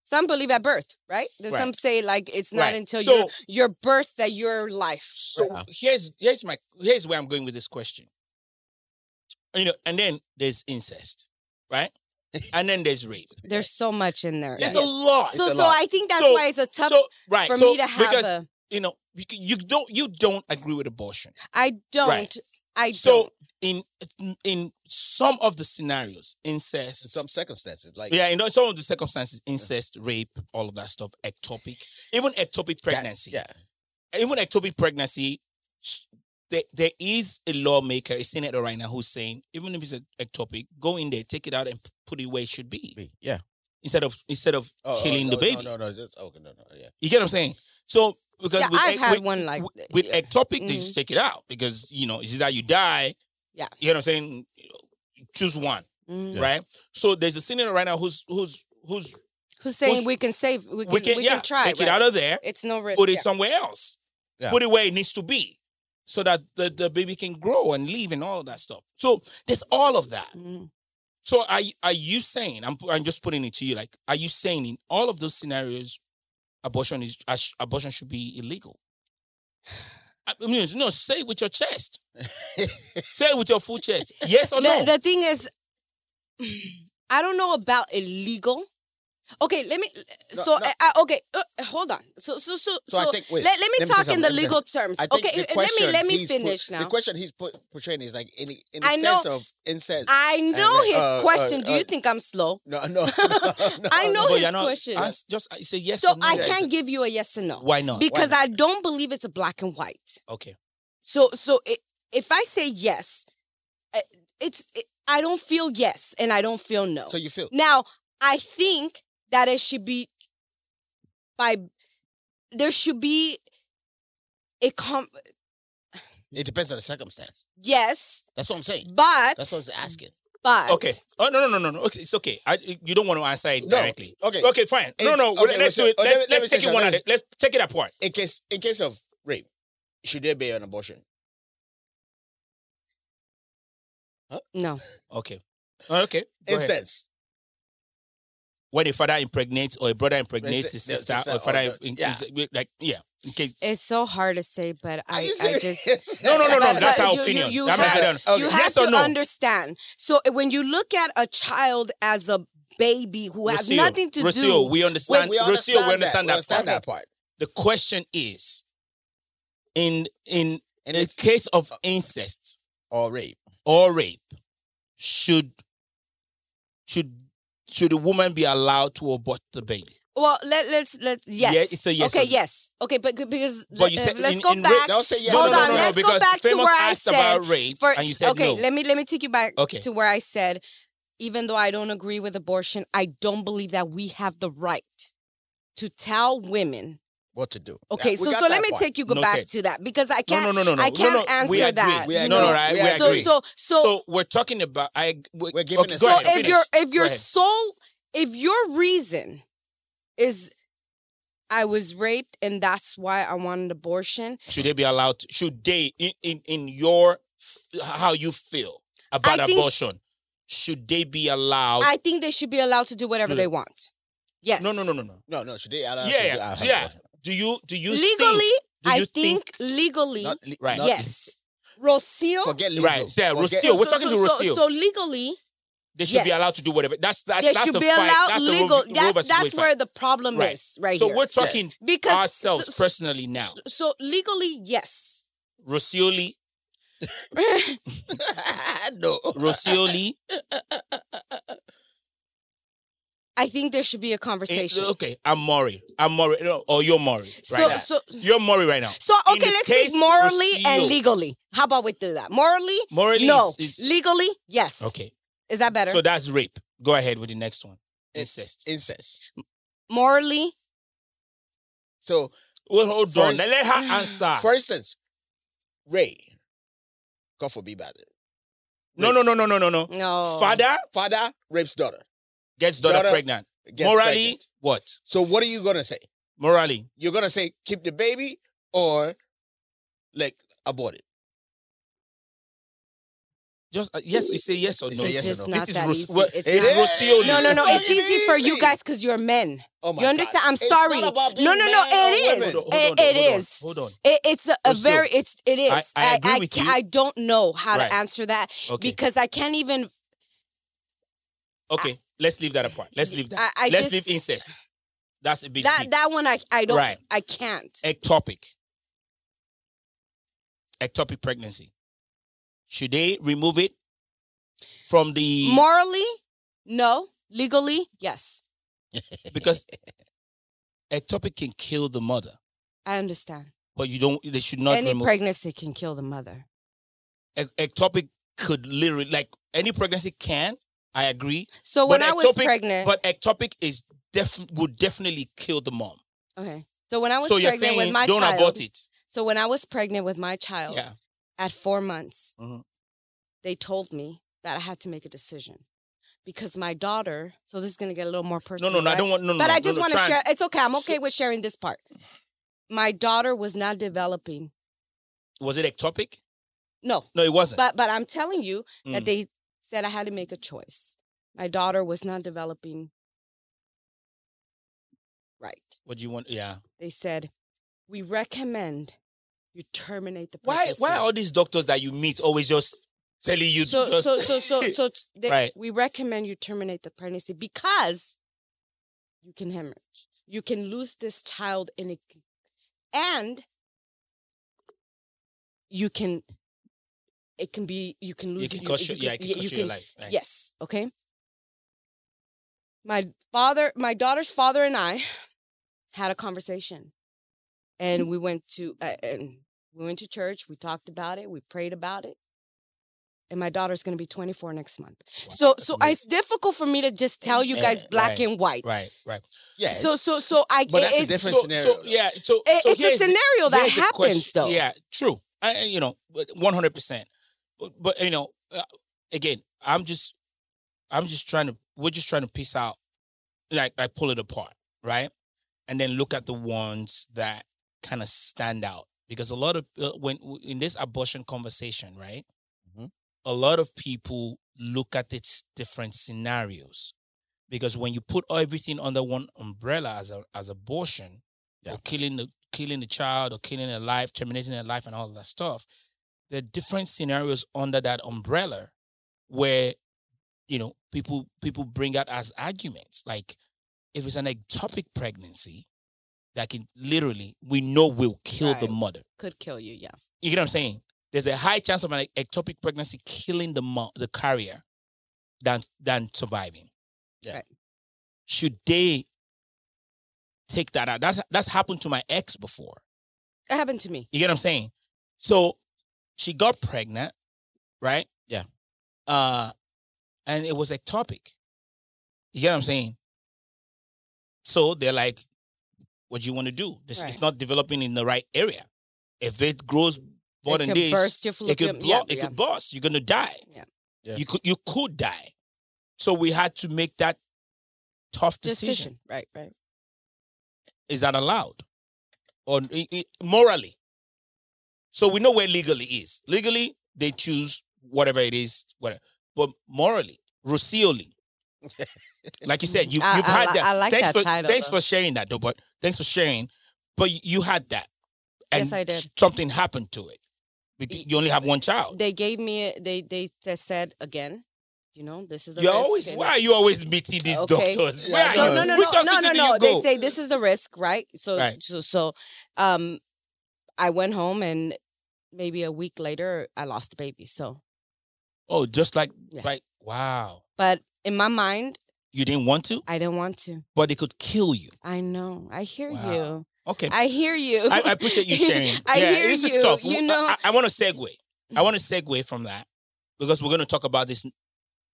S5: Some believe at birth, right? There's
S4: Right.
S5: Some say like it's not
S4: Right.
S5: until
S4: So-
S5: your your birth that your life.
S4: So
S1: Right.
S4: here's here's my here's where I'm going with this question. You know, and then there's incest, right? and then there's rape.
S5: There's so much in there.
S4: There's
S5: Yes.
S4: a lot.
S5: so
S1: It's a
S5: so
S1: lot.
S5: I think that's
S4: So-
S5: why it's a tough
S4: so right
S5: for
S4: so,
S5: me to have
S4: because
S5: a.
S4: you know you, c- you don't you don't agree with abortion.
S5: I don't. I don't.
S4: So in in some of the scenarios, incest,
S1: In some circumstances, like
S4: yeah, in some of the circumstances, incest, rape, all of that stuff, ectopic, even ectopic pregnancy.
S1: Yeah,
S4: even ectopic pregnancy, s- there, there is a lawmaker, a senator right now who's saying, even if it's an ectopic, go in there, take it out, and p- put it where it should be
S1: yeah. yeah.
S4: instead of instead of
S1: Oh, oh,
S4: killing the
S1: no,
S4: baby.
S1: No, no, no, just okay, no, no, yeah.
S4: You get what I'm saying? So because
S5: yeah,
S4: with,
S5: I've
S4: ec-
S5: had
S4: with,
S5: one like
S4: with- with
S5: yeah.
S4: ectopic, they
S5: Mhm.
S4: just take it out because you know it's either you die.
S5: Yeah.
S4: you know what I'm saying. Choose one,
S5: Mhm.
S4: right? So there's a senator right now who's who's who's
S5: Who's saying
S4: Who's-
S5: we can save? We can,
S4: we can, yeah,
S5: try.
S4: take it
S5: right?
S4: out of there.
S5: it's no risk.
S4: put it
S5: yeah.
S4: somewhere else.
S1: Yeah.
S4: Put it where it needs to be so that the, the baby can grow and live and all of that stuff. So there's all of that.
S1: Mm.
S5: Mhm.
S4: So are, y- are you saying, I'm, I'm just putting it to you, like, are you saying in all of those scenarios, abortion is ash- abortion should be illegal? I mean, no, say it with your chest. say it with your full chest. Yes or Oh, no?
S5: The, the thing is, I don't know about illegal. Okay, let me.
S1: No,
S5: so
S1: no.
S5: I, I, okay, uh, hold on. So so so
S1: So I think- wait,
S5: let, let me
S1: let me say
S5: talk in
S1: something,
S5: the
S1: let me say
S5: legal terms.
S1: I think
S5: Okay,
S1: the
S5: uh, let me
S1: question
S5: let me
S1: he's put-
S5: finish now.
S1: The question he's put, portraying is like in the, in the
S5: I know-
S1: sense of incest.
S5: I know
S1: uh,
S5: his
S1: uh,
S5: question.
S1: uh,
S5: Do you
S1: uh,
S5: think I'm slow?
S1: no, no, no,
S5: I
S1: no.
S5: know
S4: But
S5: his
S4: you're not-
S5: question.
S4: ans- just uh, say yes
S5: so
S4: or no.
S5: I
S1: Yeah,
S5: can't give you a yes or no
S4: Why not?
S5: because I don't believe it's a black and white.
S4: okay.
S5: So so i if I say yes, uh, it's it, I don't feel yes and I don't feel no.
S1: So you feel
S5: now I think that it should be by there should be a com
S1: it depends on the circumstance.
S5: yes,
S1: That's what I'm saying.
S5: but
S1: That's what I was asking.
S5: but
S4: Okay. Oh, no, no, no, no, no. Okay, it's okay. I, you don't want to answer it
S1: No.
S4: directly.
S1: Okay.
S4: Okay, fine. No,
S1: It-
S4: no.
S1: okay,
S4: let's
S1: so-
S4: do it.
S1: okay,
S4: Let's,
S1: let me
S4: let's take
S1: say
S4: it one at
S1: something.
S4: a Let's take it apart.
S1: In case in case of rape, should there be an abortion?
S5: No.
S4: Okay. Oh, Okay. Go ahead.
S1: Incest.
S4: When a father impregnates or a brother impregnates
S1: The-
S4: his
S1: the
S4: sister,
S1: sister
S4: or a father,
S1: or the-
S4: in, in-
S1: oh, yeah.
S4: like yeah. In case.
S5: It's so hard to say, but
S1: Are
S5: I,
S1: you
S5: I
S1: serious?
S5: just
S4: No, no, no, no.
S5: But-
S4: That's
S5: but
S4: our
S5: you- you-
S4: opinion.
S5: you
S4: That means
S5: have-
S4: I don't-
S5: You
S4: okay.
S5: have
S4: yes
S5: to
S4: or no?
S5: understand. So when you look at a child as a baby who has
S4: Rocio,
S5: nothing to
S4: Rocio,
S5: do,
S4: We understand.
S1: we
S4: Rocio,
S1: understand,
S4: we understand that.
S1: that. We understand
S4: part.
S1: that part.
S4: The question is, in in
S1: And
S4: a
S1: it's
S4: case of incest
S1: or rape.
S4: or rape, should should should the woman be allowed to abort the baby?
S5: Well, let let's let's yes.
S4: Yeah, it's a yes
S5: Okay,
S4: or no.
S5: yes. Okay, but g- because
S4: But you
S5: let,
S4: said
S5: us
S4: in-
S5: go
S4: in rape-
S5: back.
S1: Don't say yes.
S5: Hold
S1: no,
S5: on,
S1: no, no,
S5: let's go
S4: because
S5: back to
S4: Famous
S5: where I
S4: asked
S5: said.
S4: about rape,
S5: for-
S4: and you said
S5: okay,
S4: no.
S5: let me let me take you back
S4: Okay.
S5: to where I said, even though I don't agree with abortion, I don't believe that we have the right to tell women.
S1: What to do?
S5: Okay,
S1: Yeah, we
S5: so
S1: got
S5: so
S1: that
S5: let me
S1: part.
S5: take you go
S4: Noted.
S5: back to that because I can't.
S4: no, no, no, no,
S5: I
S4: no,
S5: can't
S4: no,
S5: answer
S4: we agree.
S5: that.
S1: We
S5: you
S1: agree.
S4: No,
S5: know?
S4: no, right,
S1: we
S4: we
S5: so,
S4: agree.
S5: so so
S4: So we're talking about I.
S1: We're giving a
S5: so
S1: Go ahead,
S5: if
S1: finish.
S5: your if your
S4: Go ahead.
S5: sole if your reason is I was raped and that's why I want an abortion,
S4: should they be allowed? To, should they in in in your f- how you feel about
S5: I think-
S4: abortion? Should they be allowed?
S5: I think they should be allowed to do whatever
S4: Do
S5: they
S4: that.
S5: want. Yes.
S4: no, no, no, no, no.
S1: No, no, should they allow?
S4: Yeah,
S1: to
S4: yeah,
S1: do- uh,
S4: yeah. Do you do you
S5: Legally,
S4: Think, do
S5: I
S4: you
S5: think, legally,
S1: Not le-
S4: Right.
S1: not-
S5: yes. Rocio.
S1: Forget legal.
S4: Right, yeah,
S1: Forget-
S4: Rocio. We're talking
S5: so,
S4: to
S5: so-
S4: Rocio.
S5: So legally,
S4: they should be
S5: yes.
S4: allowed to do whatever? That's that.
S5: they
S4: that's
S5: should
S4: a
S5: be
S4: fight.
S5: allowed
S4: that's the Roe
S5: legal.
S4: v- Roe
S5: that's
S4: versus
S5: that's
S4: Wade
S5: where
S4: fight.
S5: the problem
S4: Right.
S5: is, right
S4: so
S5: here.
S4: we're talking
S5: because
S4: ourselves
S5: so-
S4: personally now.
S5: so legally, yes.
S4: Rosioli,
S1: no.
S5: Uh,
S4: Rosioli.
S5: I think there should be a
S4: eh,
S5: conversation.
S4: okay, I'm Maury. I'm Maury. No, or you're Maury. Right
S5: so,
S4: now.
S5: so
S4: you're Maury right now.
S5: So
S4: In
S5: okay,
S4: the
S5: let's
S4: case
S5: speak morally and
S4: Rocio-
S5: legally. How about we do that? Morally,
S4: Morally
S5: no.
S4: is, is
S5: legally, yes.
S4: okay.
S5: Is that better?
S4: So that's rape. Go ahead with the next one. Incest.
S1: Incest.
S5: morally,
S1: So,
S4: Well, hold on.
S1: First-
S4: Now let
S5: Mm.
S4: her
S5: Ah.
S4: answer.
S1: for instance, Ray. God forbid, bad.
S4: no, no, no, no, no, no, no.
S5: no.
S4: Father
S1: Father rapes daughter.
S4: gets daughter,
S1: Daughter
S4: pregnant.
S1: Gets
S4: Morally,
S1: pregnant.
S4: what?
S1: So, what are you gonna say?
S4: Morally,
S1: You're gonna say keep the baby or like abort it?
S4: just uh, yes. You say yes or
S1: You
S4: no.
S1: say
S5: It's
S1: yes or
S5: just
S1: no.
S5: not
S4: This is
S5: that
S4: Ros-
S5: easy.
S4: well,
S5: It's
S1: it
S5: not-
S1: is.
S4: Rosioli.
S5: No, no, no.
S1: It's
S5: It's
S1: not
S5: easy for you
S1: easy.
S5: guys because you're men.
S1: Oh my
S5: You understand?
S1: God.
S5: I'm
S1: It's
S5: sorry.
S1: not about being
S5: no, no,
S1: man
S5: no.
S1: or
S5: It
S1: women.
S5: is.
S4: Hold on,
S5: It-
S4: hold on,
S5: it
S4: hold on,
S5: is.
S4: hold on.
S5: It- it's a, a
S4: Rocio,
S5: very. It's it is.
S4: I- I agree with
S5: ca-
S4: you.
S5: I don't know how
S4: Right.
S5: to answer that
S4: Okay.
S5: because I can't even.
S4: Okay, let's leave that apart. Let's leave that.
S5: I- I
S4: let's
S5: just-
S4: leave incest. That's a big
S5: That
S4: deep.
S5: that one I I don't
S4: Right.
S5: I can't.
S4: ectopic. Ectopic pregnancy. Should they remove it from the
S5: Morally, no. Legally, yes.
S4: because ectopic can kill the mother,
S5: I understand.
S4: but you don't. They should not
S5: Any
S4: remove.
S5: pregnancy can kill the mother.
S4: ec- ectopic could literally like any pregnancy can. I agree.
S5: So when
S4: But
S5: I was
S4: ectopic-
S5: pregnant,
S4: But ectopic is def would definitely kill the mom.
S5: okay. So when I was
S4: So you're
S5: pregnant with
S4: saying
S5: my
S4: don't
S5: child,
S4: abort it.
S5: so when I was pregnant with my child
S4: Yeah.
S5: at four months,
S4: Mhm.
S5: they told me that I had to make a decision because my daughter. So this is gonna get a little more
S4: No,
S5: personal.
S4: no, no. I
S5: right?
S4: don't want. No, no.
S5: but
S4: no,
S5: I just
S4: no, no,
S5: want to
S4: try and-
S5: share. It's okay. I'm
S4: So-
S5: okay with sharing this part. My daughter was not developing.
S4: Was it ectopic?
S5: No,
S4: No, it wasn't.
S5: but but I'm telling you that
S4: Mm.
S5: they said I had to make a choice. My daughter was not developing right.
S4: what do you want? Yeah.
S5: They said we recommend you terminate the
S4: Why
S5: pregnancy.
S4: why are all these doctors that you meet always just telling you to
S5: so,
S4: just
S5: so so so so t- they,
S4: Right.
S5: we recommend you terminate the pregnancy because you can hemorrhage. You can lose this child in a and you can it can be you can lose
S4: you can
S5: you-
S4: cost
S5: you
S4: your, yeah, it
S5: could-
S4: can
S5: yeah,
S4: cost
S5: you
S4: you
S5: can-
S4: your life. Right.
S5: Yes. Okay. My father, my daughter's father, and I had a conversation,
S4: Mm-hmm.
S5: and we went to uh, and we went to church. We talked about it. We prayed about it. And my daughter's going to be 24 next month. so, so
S4: amazing.
S5: it's difficult for me to just tell you
S4: Eh,
S5: guys black
S4: right,
S5: and white.
S4: Right, right.
S1: Yes.
S5: So, so, so I.
S1: But that's a
S5: it's-
S1: different
S4: so,
S1: scenario.
S4: so yeah, so,
S5: it-
S4: so
S5: it's a
S4: here's the-
S5: scenario that
S4: here's the
S5: happens,
S4: question.
S5: though.
S4: Yeah, true. I, I- you know, one hundred percent. But but, you know, uh, again, I'm just, I'm just trying to. We're just trying to piece out, like like pull it apart, right? And then look at the ones that kind of stand out because a lot of uh, when in this abortion conversation, right?
S1: Mhm.
S4: A lot of people look at its different scenarios because when you put everything under one umbrella as a, as abortion,
S1: Yeah.
S4: or killing the killing the child or killing a life, terminating a life, and all that stuff. There are different scenarios under that umbrella where you know people people bring out as arguments. Like if it's an ectopic pregnancy that can literally we know will kill the
S5: Right.
S4: mother.
S5: could kill you. Yeah.
S4: You get what I'm saying? There's a high chance of an ectopic pregnancy killing the mo- the carrier than than surviving.
S1: Yeah.
S5: Right.
S4: Should they take that out. That's that's happened to my ex before.
S5: It happened to me.
S4: You get what I'm saying? So she got pregnant, right?
S1: Yeah.
S4: Uh, and it was ectopic. You get what I'm saying? So they're like, what do you want to do? This is
S5: Right.
S4: not developing in the right area. If it grows more
S5: it
S4: than
S5: could
S4: this,
S5: burst your
S4: it could
S5: fallopian-
S4: blow,
S5: yeah,
S4: it
S5: yeah.
S4: could burst. You're gonna die.
S5: Yeah.
S1: Yeah.
S4: You could you could die. So we had to make that tough decision.
S5: decision. Right, right.
S4: Is that allowed, or i- i- morally? So we know where legally is. Legally, they choose whatever it is, whatever. But morally, Rusioli, like you said, you,
S5: I-
S4: you've
S5: I
S4: had
S5: li-
S4: that.
S5: I like
S4: thanks
S5: that
S4: for
S5: title,
S4: thanks
S5: though.
S4: for sharing that, though. But thanks for sharing. But y- you had that, and
S5: Yes, I did.
S4: something happened to it. Bec- You only have one child.
S5: They gave me a, they they t- said again, you know, this is the
S4: You're
S5: risk.
S4: always
S5: and-
S4: why are you always meeting these
S5: Okay.
S4: doctors?
S1: Yeah,
S4: Where
S1: I
S4: are
S1: know.
S5: So
S4: you?
S5: no no
S4: Which
S5: no no
S4: hospital
S5: no
S4: do
S5: no.
S4: you
S5: They
S4: go?
S5: say this is the risk, right? So
S4: Right.
S5: so so um I went home and maybe a week later I lost the baby. So
S4: oh, just like
S5: Yeah.
S4: like wow,
S5: but in my mind,
S4: you didn't want to,
S5: I didn't want to.
S4: but it could kill you.
S5: I know. I hear
S4: Wow.
S5: you.
S4: Okay,
S5: I hear you.
S4: I, I appreciate you sharing.
S5: I
S4: yeah,
S5: hear
S4: this
S5: you,
S4: is tough.
S5: you
S4: I-
S5: know.
S4: I, want to segue. I want to segue from that because we're going to talk about this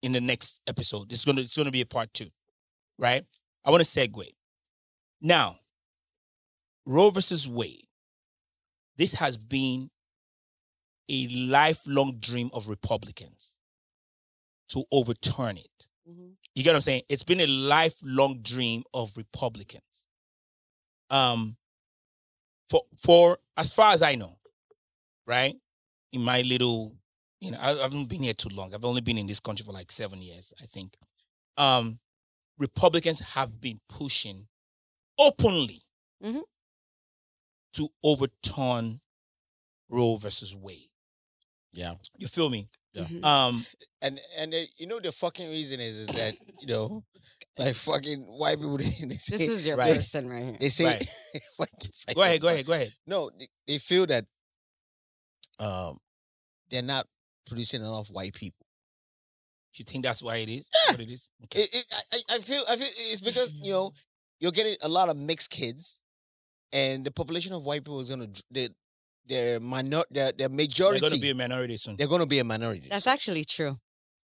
S4: in the next episode. It's going to it's going to be a part two, right? I want to segue. Now, Roe versus Wade. This has been a lifelong dream of Republicans to overturn it.
S5: Mhm.
S4: You get what I'm saying? It's been a lifelong dream of Republicans. Um, for for as far as I know, right? In my little, you know, I, I haven't been here too long. I've only been in this country for like seven years, I think. Um, Republicans have been pushing openly
S5: Mhm.
S4: to overturn Roe versus Wade.
S1: Yeah.
S4: you feel me?
S1: Yeah.
S5: Mhm.
S4: Um,
S1: And and they, you know the fucking reason is is that you know, like fucking white people they, they say
S5: This is your
S4: Right.
S5: person right here.
S1: they say
S4: Right.
S1: What the fuck
S4: go
S1: is
S4: ahead,
S1: that
S4: go
S1: fuck?
S4: ahead, go ahead.
S1: No, they, they feel that um they're not producing enough white people.
S4: You think that's why it is? What it is? Okay.
S1: It, it, I- I, I feel I feel it's because you know you're getting a lot of mixed kids, and the population of white people is gonna dr- they, their minor their, their majority
S4: They're going to be a minority soon.
S1: they're gonna be a minority.
S5: That's actually true.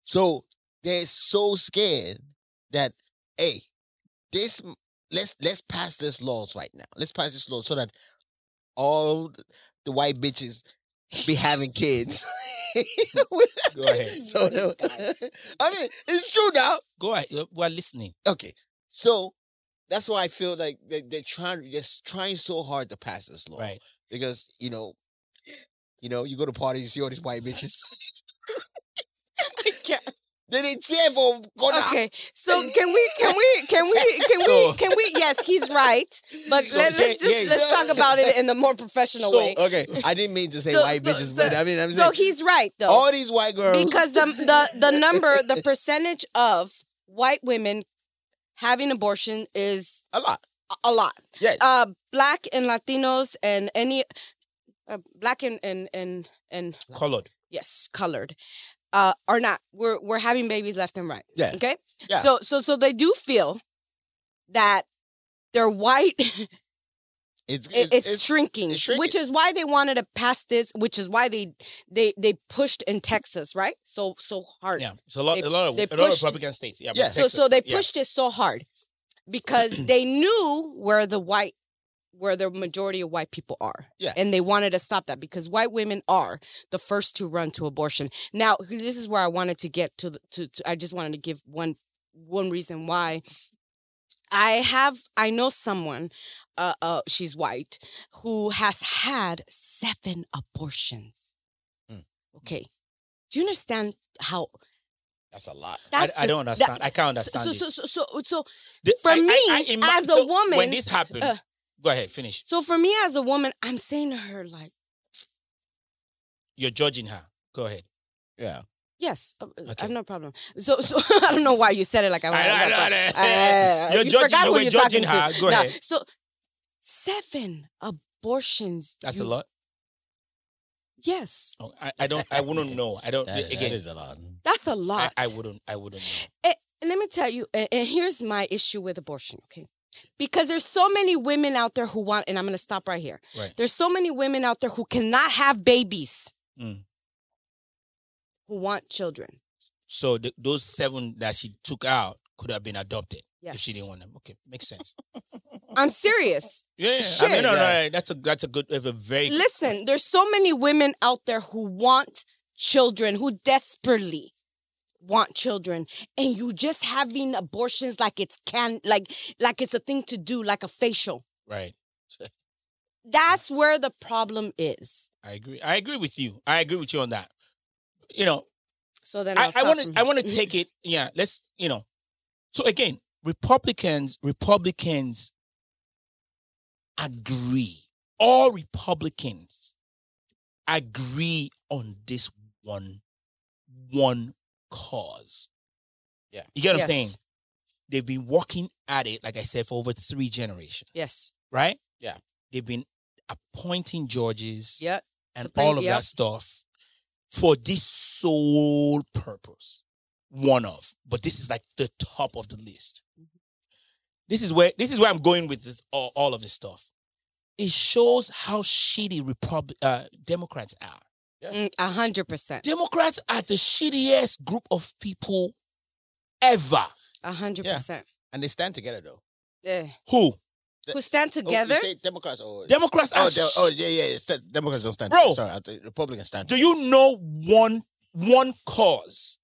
S1: So they're so scared that hey, this let's let's pass this laws right now. Let's pass this law so that all the white bitches be having kids.
S4: Go ahead.
S1: So they'll- I mean, it's true now.
S4: Go ahead. Uh, We're listening.
S1: Okay, so that's why I feel like they, they're trying, just trying so hard to pass this law
S4: Right.
S1: because you know, you know, you go to parties, you see all these white bitches. Then they tear for going out.
S5: Okay, so can we can we can we can
S4: So-
S5: we can we? Yes, he's right, but
S4: So,
S5: let, us
S4: yeah,
S5: just
S4: yeah,
S5: let's
S1: yeah.
S5: talk about it in a more professional
S4: So,
S5: way.
S1: Okay, I didn't mean to say
S5: So-
S1: white
S5: so-
S1: bitches, but
S5: so-
S1: I mean, I'm
S5: So
S1: saying
S5: he's right though,
S1: all these white girls.
S5: because the the the number, the percentage of white women having abortion is
S1: a lot.
S5: a lot.
S1: Yes.
S5: Uh, black and Latinos and any uh, black and and and and
S4: Colored.
S5: yes, colored, uh, are not. We're we're having babies left and right.
S1: Yeah.
S5: Okay.
S1: Yeah.
S5: So so so they do feel that their white it-
S1: It's
S5: it's, shrinking,
S1: it's shrinking.
S5: which is why they wanted to pass this, which is why they they they pushed in Texas, right? So so hard.
S4: Yeah. It's a lot.
S5: They-
S4: a lot of
S5: they
S4: a lot of
S5: pushed-
S4: Republican states. Yeah. but
S1: Yeah.
S5: So
S4: Texas-
S5: so they
S4: yeah.
S5: pushed it so hard because they knew where the white where the majority of white people are.
S1: Yeah.
S5: And they wanted to stop that because white women are the first to run to abortion. Now, this is where I wanted to get to the, to, to I just wanted to give one one reason why I have I know someone uh, uh she's white who has had seven abortions.
S1: Mm.
S5: Okay. Do you understand how
S1: That's a lot.
S5: that's
S4: I, I don't
S5: dis- that-
S4: understand. I can't understand.
S5: so,
S4: it.
S5: so, so, so, so,
S4: The-
S5: for
S4: I- I-
S5: me,
S4: I ima-
S5: as a
S4: so when
S5: woman,
S4: this happened,
S5: uh,
S4: go ahead, finish.
S5: so for me as a woman, I'm saying to her like,
S4: You're judging her. Go ahead.
S1: Yeah.
S5: yes, uh, uh, I
S4: Okay.
S5: have no problem. So, so I don't know why you said it like I was.
S4: I- I- I- I-
S5: I- I-
S4: You're
S5: you
S4: judging-
S5: forgot
S4: you
S5: who
S4: were
S5: you're
S4: judging
S5: talking
S4: her.
S5: to.
S4: Go
S5: Now,
S4: ahead.
S5: So, seven abortions.
S4: That's a
S5: you-
S4: lot.
S5: Yes,
S4: Oh, I, I don't. I wouldn't know. I don't.
S1: That,
S4: again,
S1: that is a lot.
S5: that's a
S4: I,
S5: lot.
S4: I wouldn't. I wouldn't know.
S5: And, and let me tell you, and, and here's my issue with abortion. Okay, because there's so many women out there who want and i'm going to stop right here
S4: Right.
S5: there's so many women out there who cannot have babies
S4: Mm.
S5: who want children
S4: So th- those seven that she took out could have been adopted
S5: yes
S4: if she didn't want them. Okay, makes sense.
S5: i'm serious
S4: Yeah, yeah. I
S5: Shit.
S4: mean, no, no,
S1: Yeah.
S4: no, that's a that's a good, that's a very good-
S5: listen there's so many women out there who want children who desperately want children and you just having abortions like it's can like like it's a thing to do like a facial
S4: right.
S5: that's where the problem is
S4: I agree. I agree with you. I agree with you on that. You know,
S5: so then
S4: I, I want to I want to
S1: Mm-hmm.
S5: take.
S4: take it. Yeah, let's you know. So again, Republicans Republicans agree. All Republicans agree on this one one cause.
S1: Yeah.
S4: you get what
S5: Yes.
S4: I'm saying. They've been working at it, like I said, for over three generations,
S5: Yes.
S4: right?
S1: Yeah.
S4: they've been appointing judges
S5: Yep.
S4: and
S5: Supreme,
S4: all of
S5: yep.
S4: that stuff for this sole purpose. One of, but this is like the top of the list.
S1: Mm-hmm.
S4: This is where this is where I'm going with this, all, all of this stuff. It shows how shitty Repub- uh, Democrats are.
S5: Mm, A hundred percent.
S4: Democrats are the shittiest group of people ever.
S5: A hundred
S1: Yeah.
S5: percent.
S1: And they stand together though.
S5: Yeah.
S4: Who?
S5: Who stand
S1: Oh, you
S5: together?
S1: say Democrats or
S4: Democrats are.
S1: Oh, de-
S4: Ah, sh-
S1: oh yeah, yeah. It's the- Democrats don't stand.
S4: Bro.
S1: sorry, I think Republicans stand.
S4: do you know one one cause?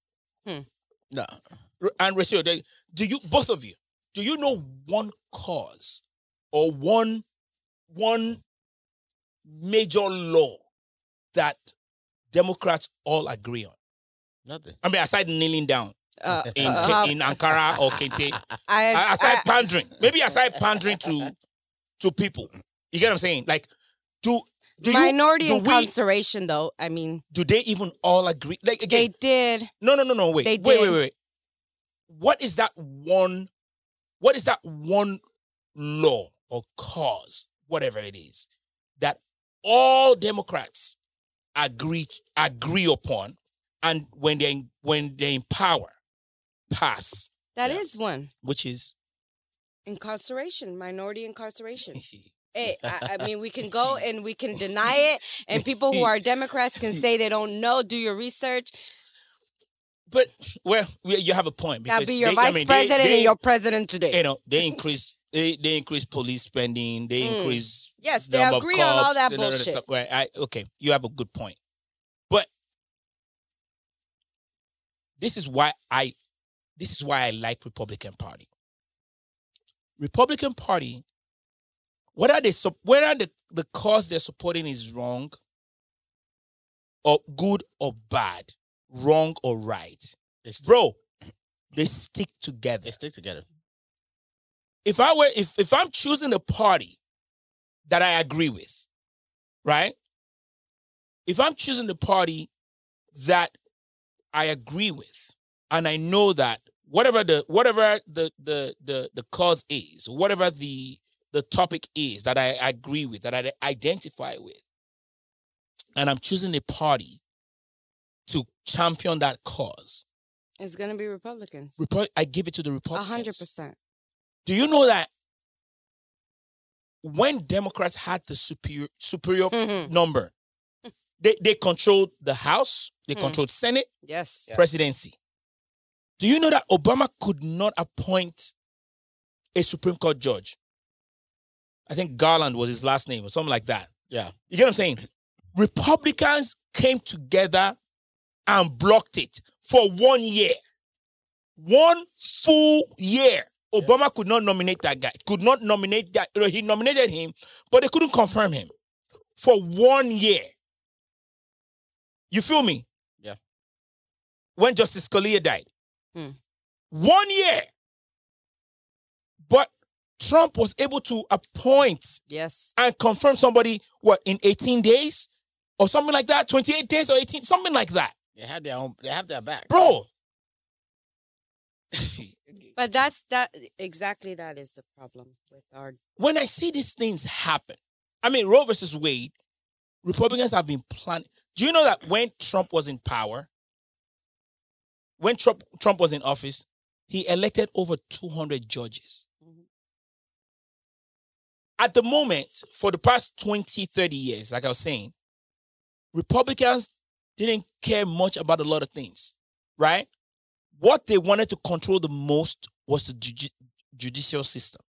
S1: No,
S4: R- and Rachel, they- do you both of you do you know one cause or one one major law that Democrats all agree on?
S1: nothing.
S4: I mean, aside kneeling down
S5: Uh,
S4: in
S5: uh,
S4: in Ankara or Kente,
S5: I,
S4: a- aside
S5: I,
S4: pandering, maybe aside pandering to to people, you get what I'm saying? Like, do do you-
S5: minority
S4: do we-
S5: incarceration, though. I mean,
S4: do they even all agree? Like again,
S5: they did.
S4: No, no, no, no. Wait,
S5: They
S4: wait, wait,
S5: did.
S4: wait, wait. What is that one? What is that one law or cause, whatever it is, that all Democrats agree agree upon, and when they when they in power, pass,
S5: That is
S4: Yeah.
S5: one
S4: which is
S5: incarceration, minority incarceration. Eh, I, I mean, we can go and we can deny it, and people who are Democrats can say they don't know. Do your research.
S4: but well, we- you have a point
S5: That'll
S4: because
S5: be your
S4: they- I
S5: vice
S4: mean, they-
S5: president
S4: they-
S5: and your president today.
S4: you know they increase they, they increase police spending they
S5: Mm.
S4: increase
S5: Yes, they
S4: number of
S5: agree on all
S4: cops
S5: that
S4: and other
S5: bullshit.
S4: stuff. right I, okay you have a good point but this is why i this is why i like republican party republican party whether they sup- whether the, the cause they're supporting is wrong or good or bad wrong or right
S1: They stick,
S4: bro they stick together
S1: they stick together.
S4: if I were if if I'm choosing a party that I agree with, right? If I'm choosing the party that I agree with, and I know that whatever the whatever the the the the cause is, whatever the the topic is that I agree with, that I identify with, and I'm choosing a party to champion that cause,
S5: It's gonna be Republicans.
S4: Repu- I give it to the
S5: A
S4: Republicans.
S5: hundred percent.
S4: Do you know that when Democrats had the superior superior
S5: Mhm.
S4: number, they, they controlled the House, they
S5: Mhm.
S4: controlled Senate,
S5: Yes.
S4: presidency. Do you know that Obama could not appoint a Supreme Court judge? I think Garland was his last name or something like that.
S1: Yeah.
S4: You get what I'm saying? Republicans came together and blocked it for one year. One full year. Obama could not nominate that guy. Could not nominate that. you know, He nominated him, but they couldn't confirm him for one year. You feel me?
S1: Yeah.
S4: When Justice Scalia died.
S5: Hmm.
S4: One year. But Trump was able to appoint
S5: Yes.
S4: and confirm somebody what in 18 days or something like that 28 days or 18 something like that
S1: They had their own. They have their back,
S4: bro
S5: But that's that exactly that is the problem with our
S4: when i see these things happen i mean roe versus wade republicans have been planning do you know that when trump was in power when
S5: Mm-hmm.
S4: trump trump was in office he elected over 200 judges at the moment, for the past 20, 30 years, like I was saying, Republicans didn't care much about a lot of things, right? What they wanted to control the most was the judi- judicial system.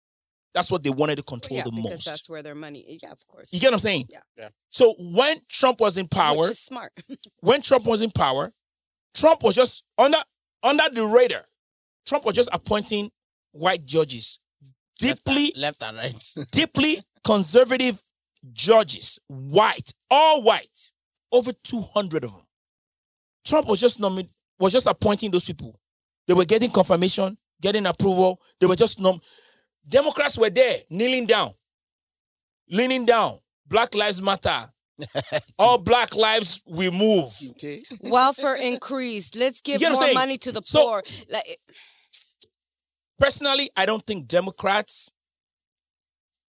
S4: That's what they wanted to control
S5: yeah,
S4: the
S5: because
S4: most.
S5: that's where their money. eh, Yeah, of course.
S4: you get what I'm saying?
S5: Yeah.
S1: Yeah.
S4: So when Trump was in power,
S5: Which is smart.
S4: when Trump was in power, Trump was just under under the radar. Trump was just appointing white judges, deeply
S1: left and right.
S4: deeply conservative judges, white, all white, over 200 of them. Trump was just nomin- was just appointing those people. They were getting confirmation, getting approval. They were just nom- Democrats were there, kneeling down, leaning down. Black lives matter. all black lives we move.
S5: Welfare increased. Let's give
S4: get what I'm
S5: more
S4: saying?
S5: money to the
S4: So-
S5: poor. Like,
S4: Personally, I don't think Democrats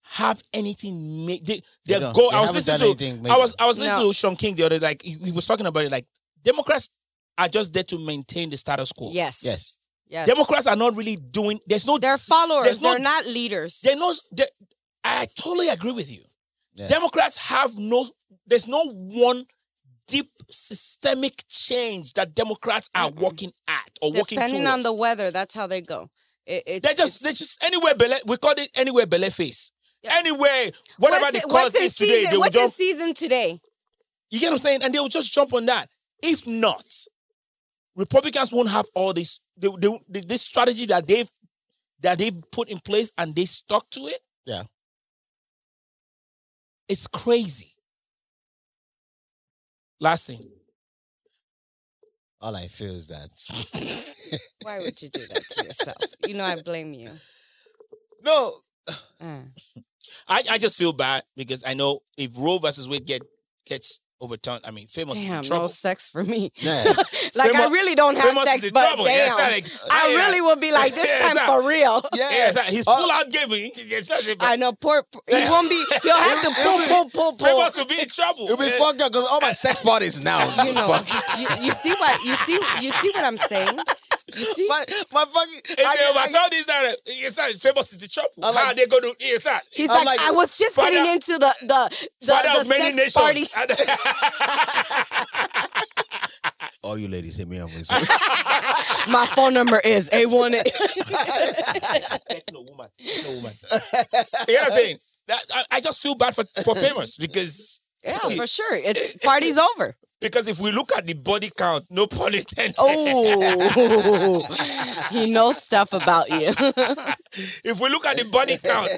S4: have anything. Ma- they,
S1: They
S4: their
S1: don't.
S4: goal.
S1: They
S4: I was
S1: haven't
S4: listening
S1: done
S4: to
S1: anything
S4: I
S1: major.
S4: was I was listening
S5: No.
S4: to Sean King the other day, like he, he was talking about it. Like Democrats are just there to maintain the status quo.
S5: yes.
S1: Yes.
S5: eh, Yes.
S4: Democrats are not really doing. There's no.
S5: They're followers.
S4: there's no-
S5: They're not leaders.
S4: They're no. They're, I totally agree with you.
S1: Yeah.
S4: Democrats have no. There's no one deep systemic change that Democrats are working at or working
S5: Depending on
S4: towards.
S5: the weather, that's how they go. It, it,
S4: They just they
S5: it's-
S4: just anywhere bele, we call it anywhere bele face.
S5: Yeah.
S4: Anywhere whatever
S5: what's
S4: the
S5: it-
S4: cause
S5: what's in
S4: is today,
S5: season-
S4: they will
S5: What's in
S4: just
S5: season today?
S4: you get what I'm saying, and they will just jump on that. If not, Republicans won't have all this they, they, this strategy that they've that they've put in place and they stuck to it.
S1: Yeah.
S4: it's crazy. Last thing,
S1: All I feel is that.
S5: Why would you do that to yourself? You know I blame you.
S1: no,
S5: Uh,
S4: I, I just feel bad because I know if Roe versus Wade get gets overturned, I mean, famous is in
S5: damn,
S4: trouble.
S5: no sex for me.
S1: yeah.
S5: Like I
S4: Famous-
S5: really don't have
S4: famous is
S5: sex,
S4: in
S5: but
S4: trouble. Yeah,
S5: damn,
S4: it's not like-
S5: I
S4: yeah.
S5: really will be like this
S4: Yeah, it's
S5: time
S4: not-
S5: for real.
S4: Yeah, it's like his
S1: Oh,
S4: pull out giving.
S5: I know, poor. He won't be. You'll have to pull, pull, pull, pull.
S4: Famous will be in trouble. Eh,
S1: It'll be fucked up because all my sex parties now.
S5: You know, you, you see what you see. You see what I'm saying. You see,
S1: my my fucking.
S4: If
S1: I-
S4: eh, they
S1: I-
S4: overturn this, that yes, sir, famous is in trouble.
S1: I like-
S4: How they gonna? Yes, sir.
S5: he's
S1: I'm
S5: like,
S1: like,
S5: I was just
S4: Father-
S5: getting into the the the,
S4: Father
S5: the
S4: of many
S5: sex
S4: nations.
S5: party.
S1: all oh, you ladies hit me up. with-
S5: My phone number is a one.
S4: Techno woman, techno woman. you know what I'm saying? That- I, I just feel bad for, for famous because
S5: Yeah, for sure. It's party's over.
S4: because if we look at the body count, no pun intended.
S5: Oh, he knows stuff about you.
S4: If we look at the body count,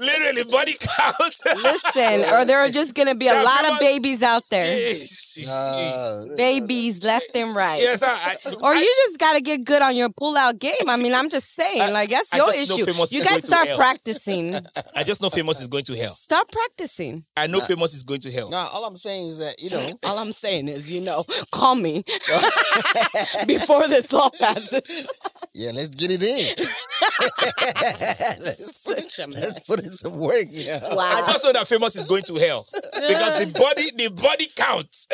S4: literally body count.
S5: Listen, or there are just gonna be a
S4: Yeah,
S5: lot of
S4: remember-
S5: babies out there.
S4: yes,
S1: Uh.
S5: Babies left and right.
S4: sir. I,
S5: Or you just gotta get good on your pull-out game. I mean, I'm just saying, like that's
S4: I
S5: your
S4: just know
S5: issue.
S4: Famous
S5: You
S4: is
S5: guys
S4: going to
S5: start
S4: hell.
S5: practicing.
S4: I just know famous is going to hell.
S5: Start practicing.
S4: I know famous is going to hell.
S1: Nah, all I'm saying is that you know.
S5: All I'm saying is, you know, call me before this law passes.
S1: Yeah, let's get it in. let's,
S5: Such a mess.
S1: let's put in some work. Yeah.
S4: I
S5: Wow.
S4: just know that famous is going to hell because the body, the body counts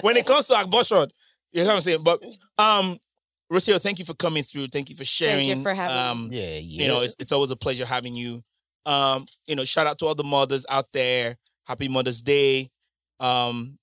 S4: when it comes to abortion. You know what I'm saying? But um, Rocio, thank you for coming through. Thank you for sharing.
S5: you for having
S4: um,
S1: Yeah, yeah.
S4: you know, it's, it's always a pleasure having you. Um, you know, shout out to all the mothers out there. Happy Mother's Day. Um,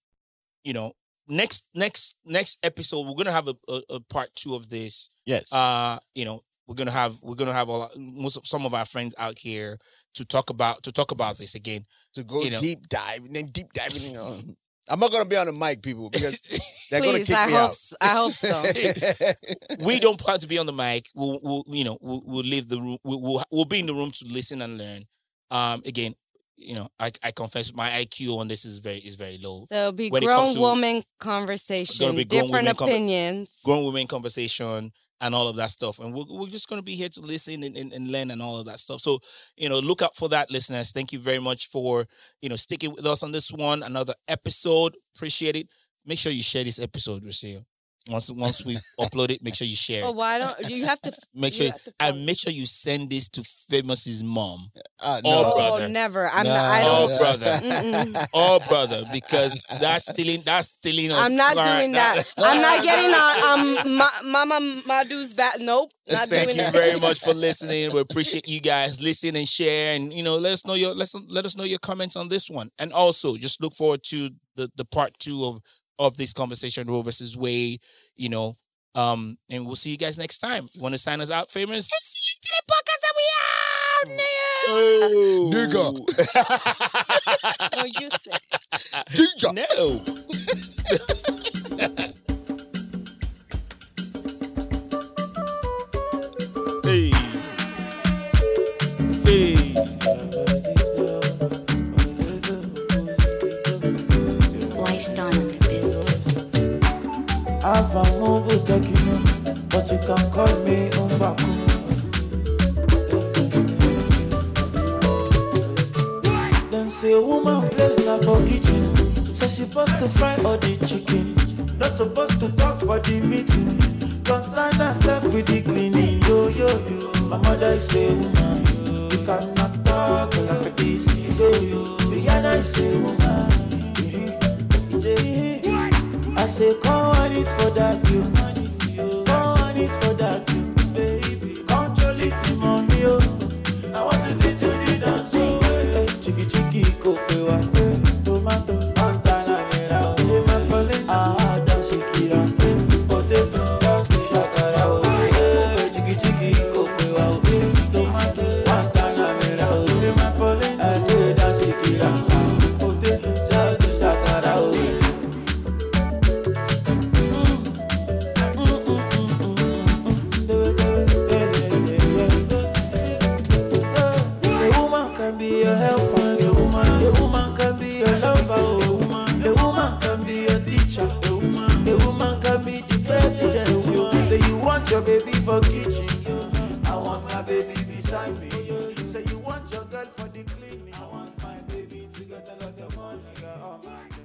S4: you know, next next next episode we're gonna have a, a, a part two of this
S1: yes.
S4: uh you know we're gonna have we're gonna have all most of some of our friends out here to talk about to talk about this again
S1: to go
S4: you know.
S1: deep dive and then deep diving. on. I'm not gonna be on the mic, people, because they're gonna
S5: Please,
S1: kick
S5: I
S1: me
S5: hope
S1: out.
S5: s- I hope so.
S4: we don't plan to be on the mic we'll, we'll you know we'll, we'll leave the room we'll, we'll we'll be in the room to listen and learn um again you know i, I confess my iq on this is very is very low
S5: So it'll be
S4: When it comes
S5: grown
S4: to-
S5: woman conversation,
S4: be grown
S5: different
S4: women conver-
S5: opinions.
S4: grown women conversation and all of that stuff. And we're, we're just going to be here to listen and, and, and learn and all of that stuff. So, you know, look out for that, listeners. Thank you very much for, you know, sticking with us on this one, another episode. Appreciate it. Make sure you share this episode, Rocio. Once once we upload it, make sure you share.
S5: But
S4: it.
S5: why don't you have to
S4: Make sure
S5: you have to
S4: and
S5: post.
S4: make sure you send this to Famous's mom
S1: Uh,
S4: Oh,
S1: no.
S5: Oh,
S4: brother.
S5: never. I'm
S1: No.
S5: not, I
S4: Oh,
S5: don't.
S4: brother. Oh,
S5: Mm-mm.
S4: or brother because that's stealing. That's stealing. on-
S5: I'm not
S4: Alright,
S5: doing that. I'm not getting on um ma- Mama Madu's back. Nope, not
S4: Thank
S5: doing
S4: you
S5: that.
S4: very much for listening. We appreciate you guys listen and share, and you know, let us know your let us let us know your comments on this one. And also, just look forward to the the part two of of this conversation, Roe versus Wade. You know, um, and we'll see you guys next time. You want to sign us out, famous?
S1: Nigga.
S5: No, you said.
S1: Ginger.
S4: No. hey. Hey.
S6: Why stand on the bit?
S7: Have a mobile document, but you can call me Umbaku. Then say woman place na for kitchen. Say she supposed to fry all the chicken. Not supposed to talk for the meeting. Concern herself with the cleaning. Yo yo yo. My mother is a woman. You cannot talk like this. Yo yo. Rihanna is a woman. Eh, eh, eh. I say, come on it for that you. Come on it for that you, baby. Control it in mommy, oh. I want to teach you the dance, oh. eh. Chiki chiki kope wa, eh. Tomato, Montana mera, oh. Macaulay, ah, dance Shakira, eh. Potato, dance to shakara, oh. eh. Chiki chiki kope wa, oh. eh. Tomato, Montana mera, oh. Macaulay, I say dance Shakira, ah. Potato, dance to shakara, oh. The woman can be your helper. The woman, the woman can be your lover. The woman, the woman can be your teacher. The woman, the woman can be the president. You say you want your baby for kitchen. I want my baby beside me. Say you want your girl for the cleaning. I want my baby to get a lot of money. Oh my God.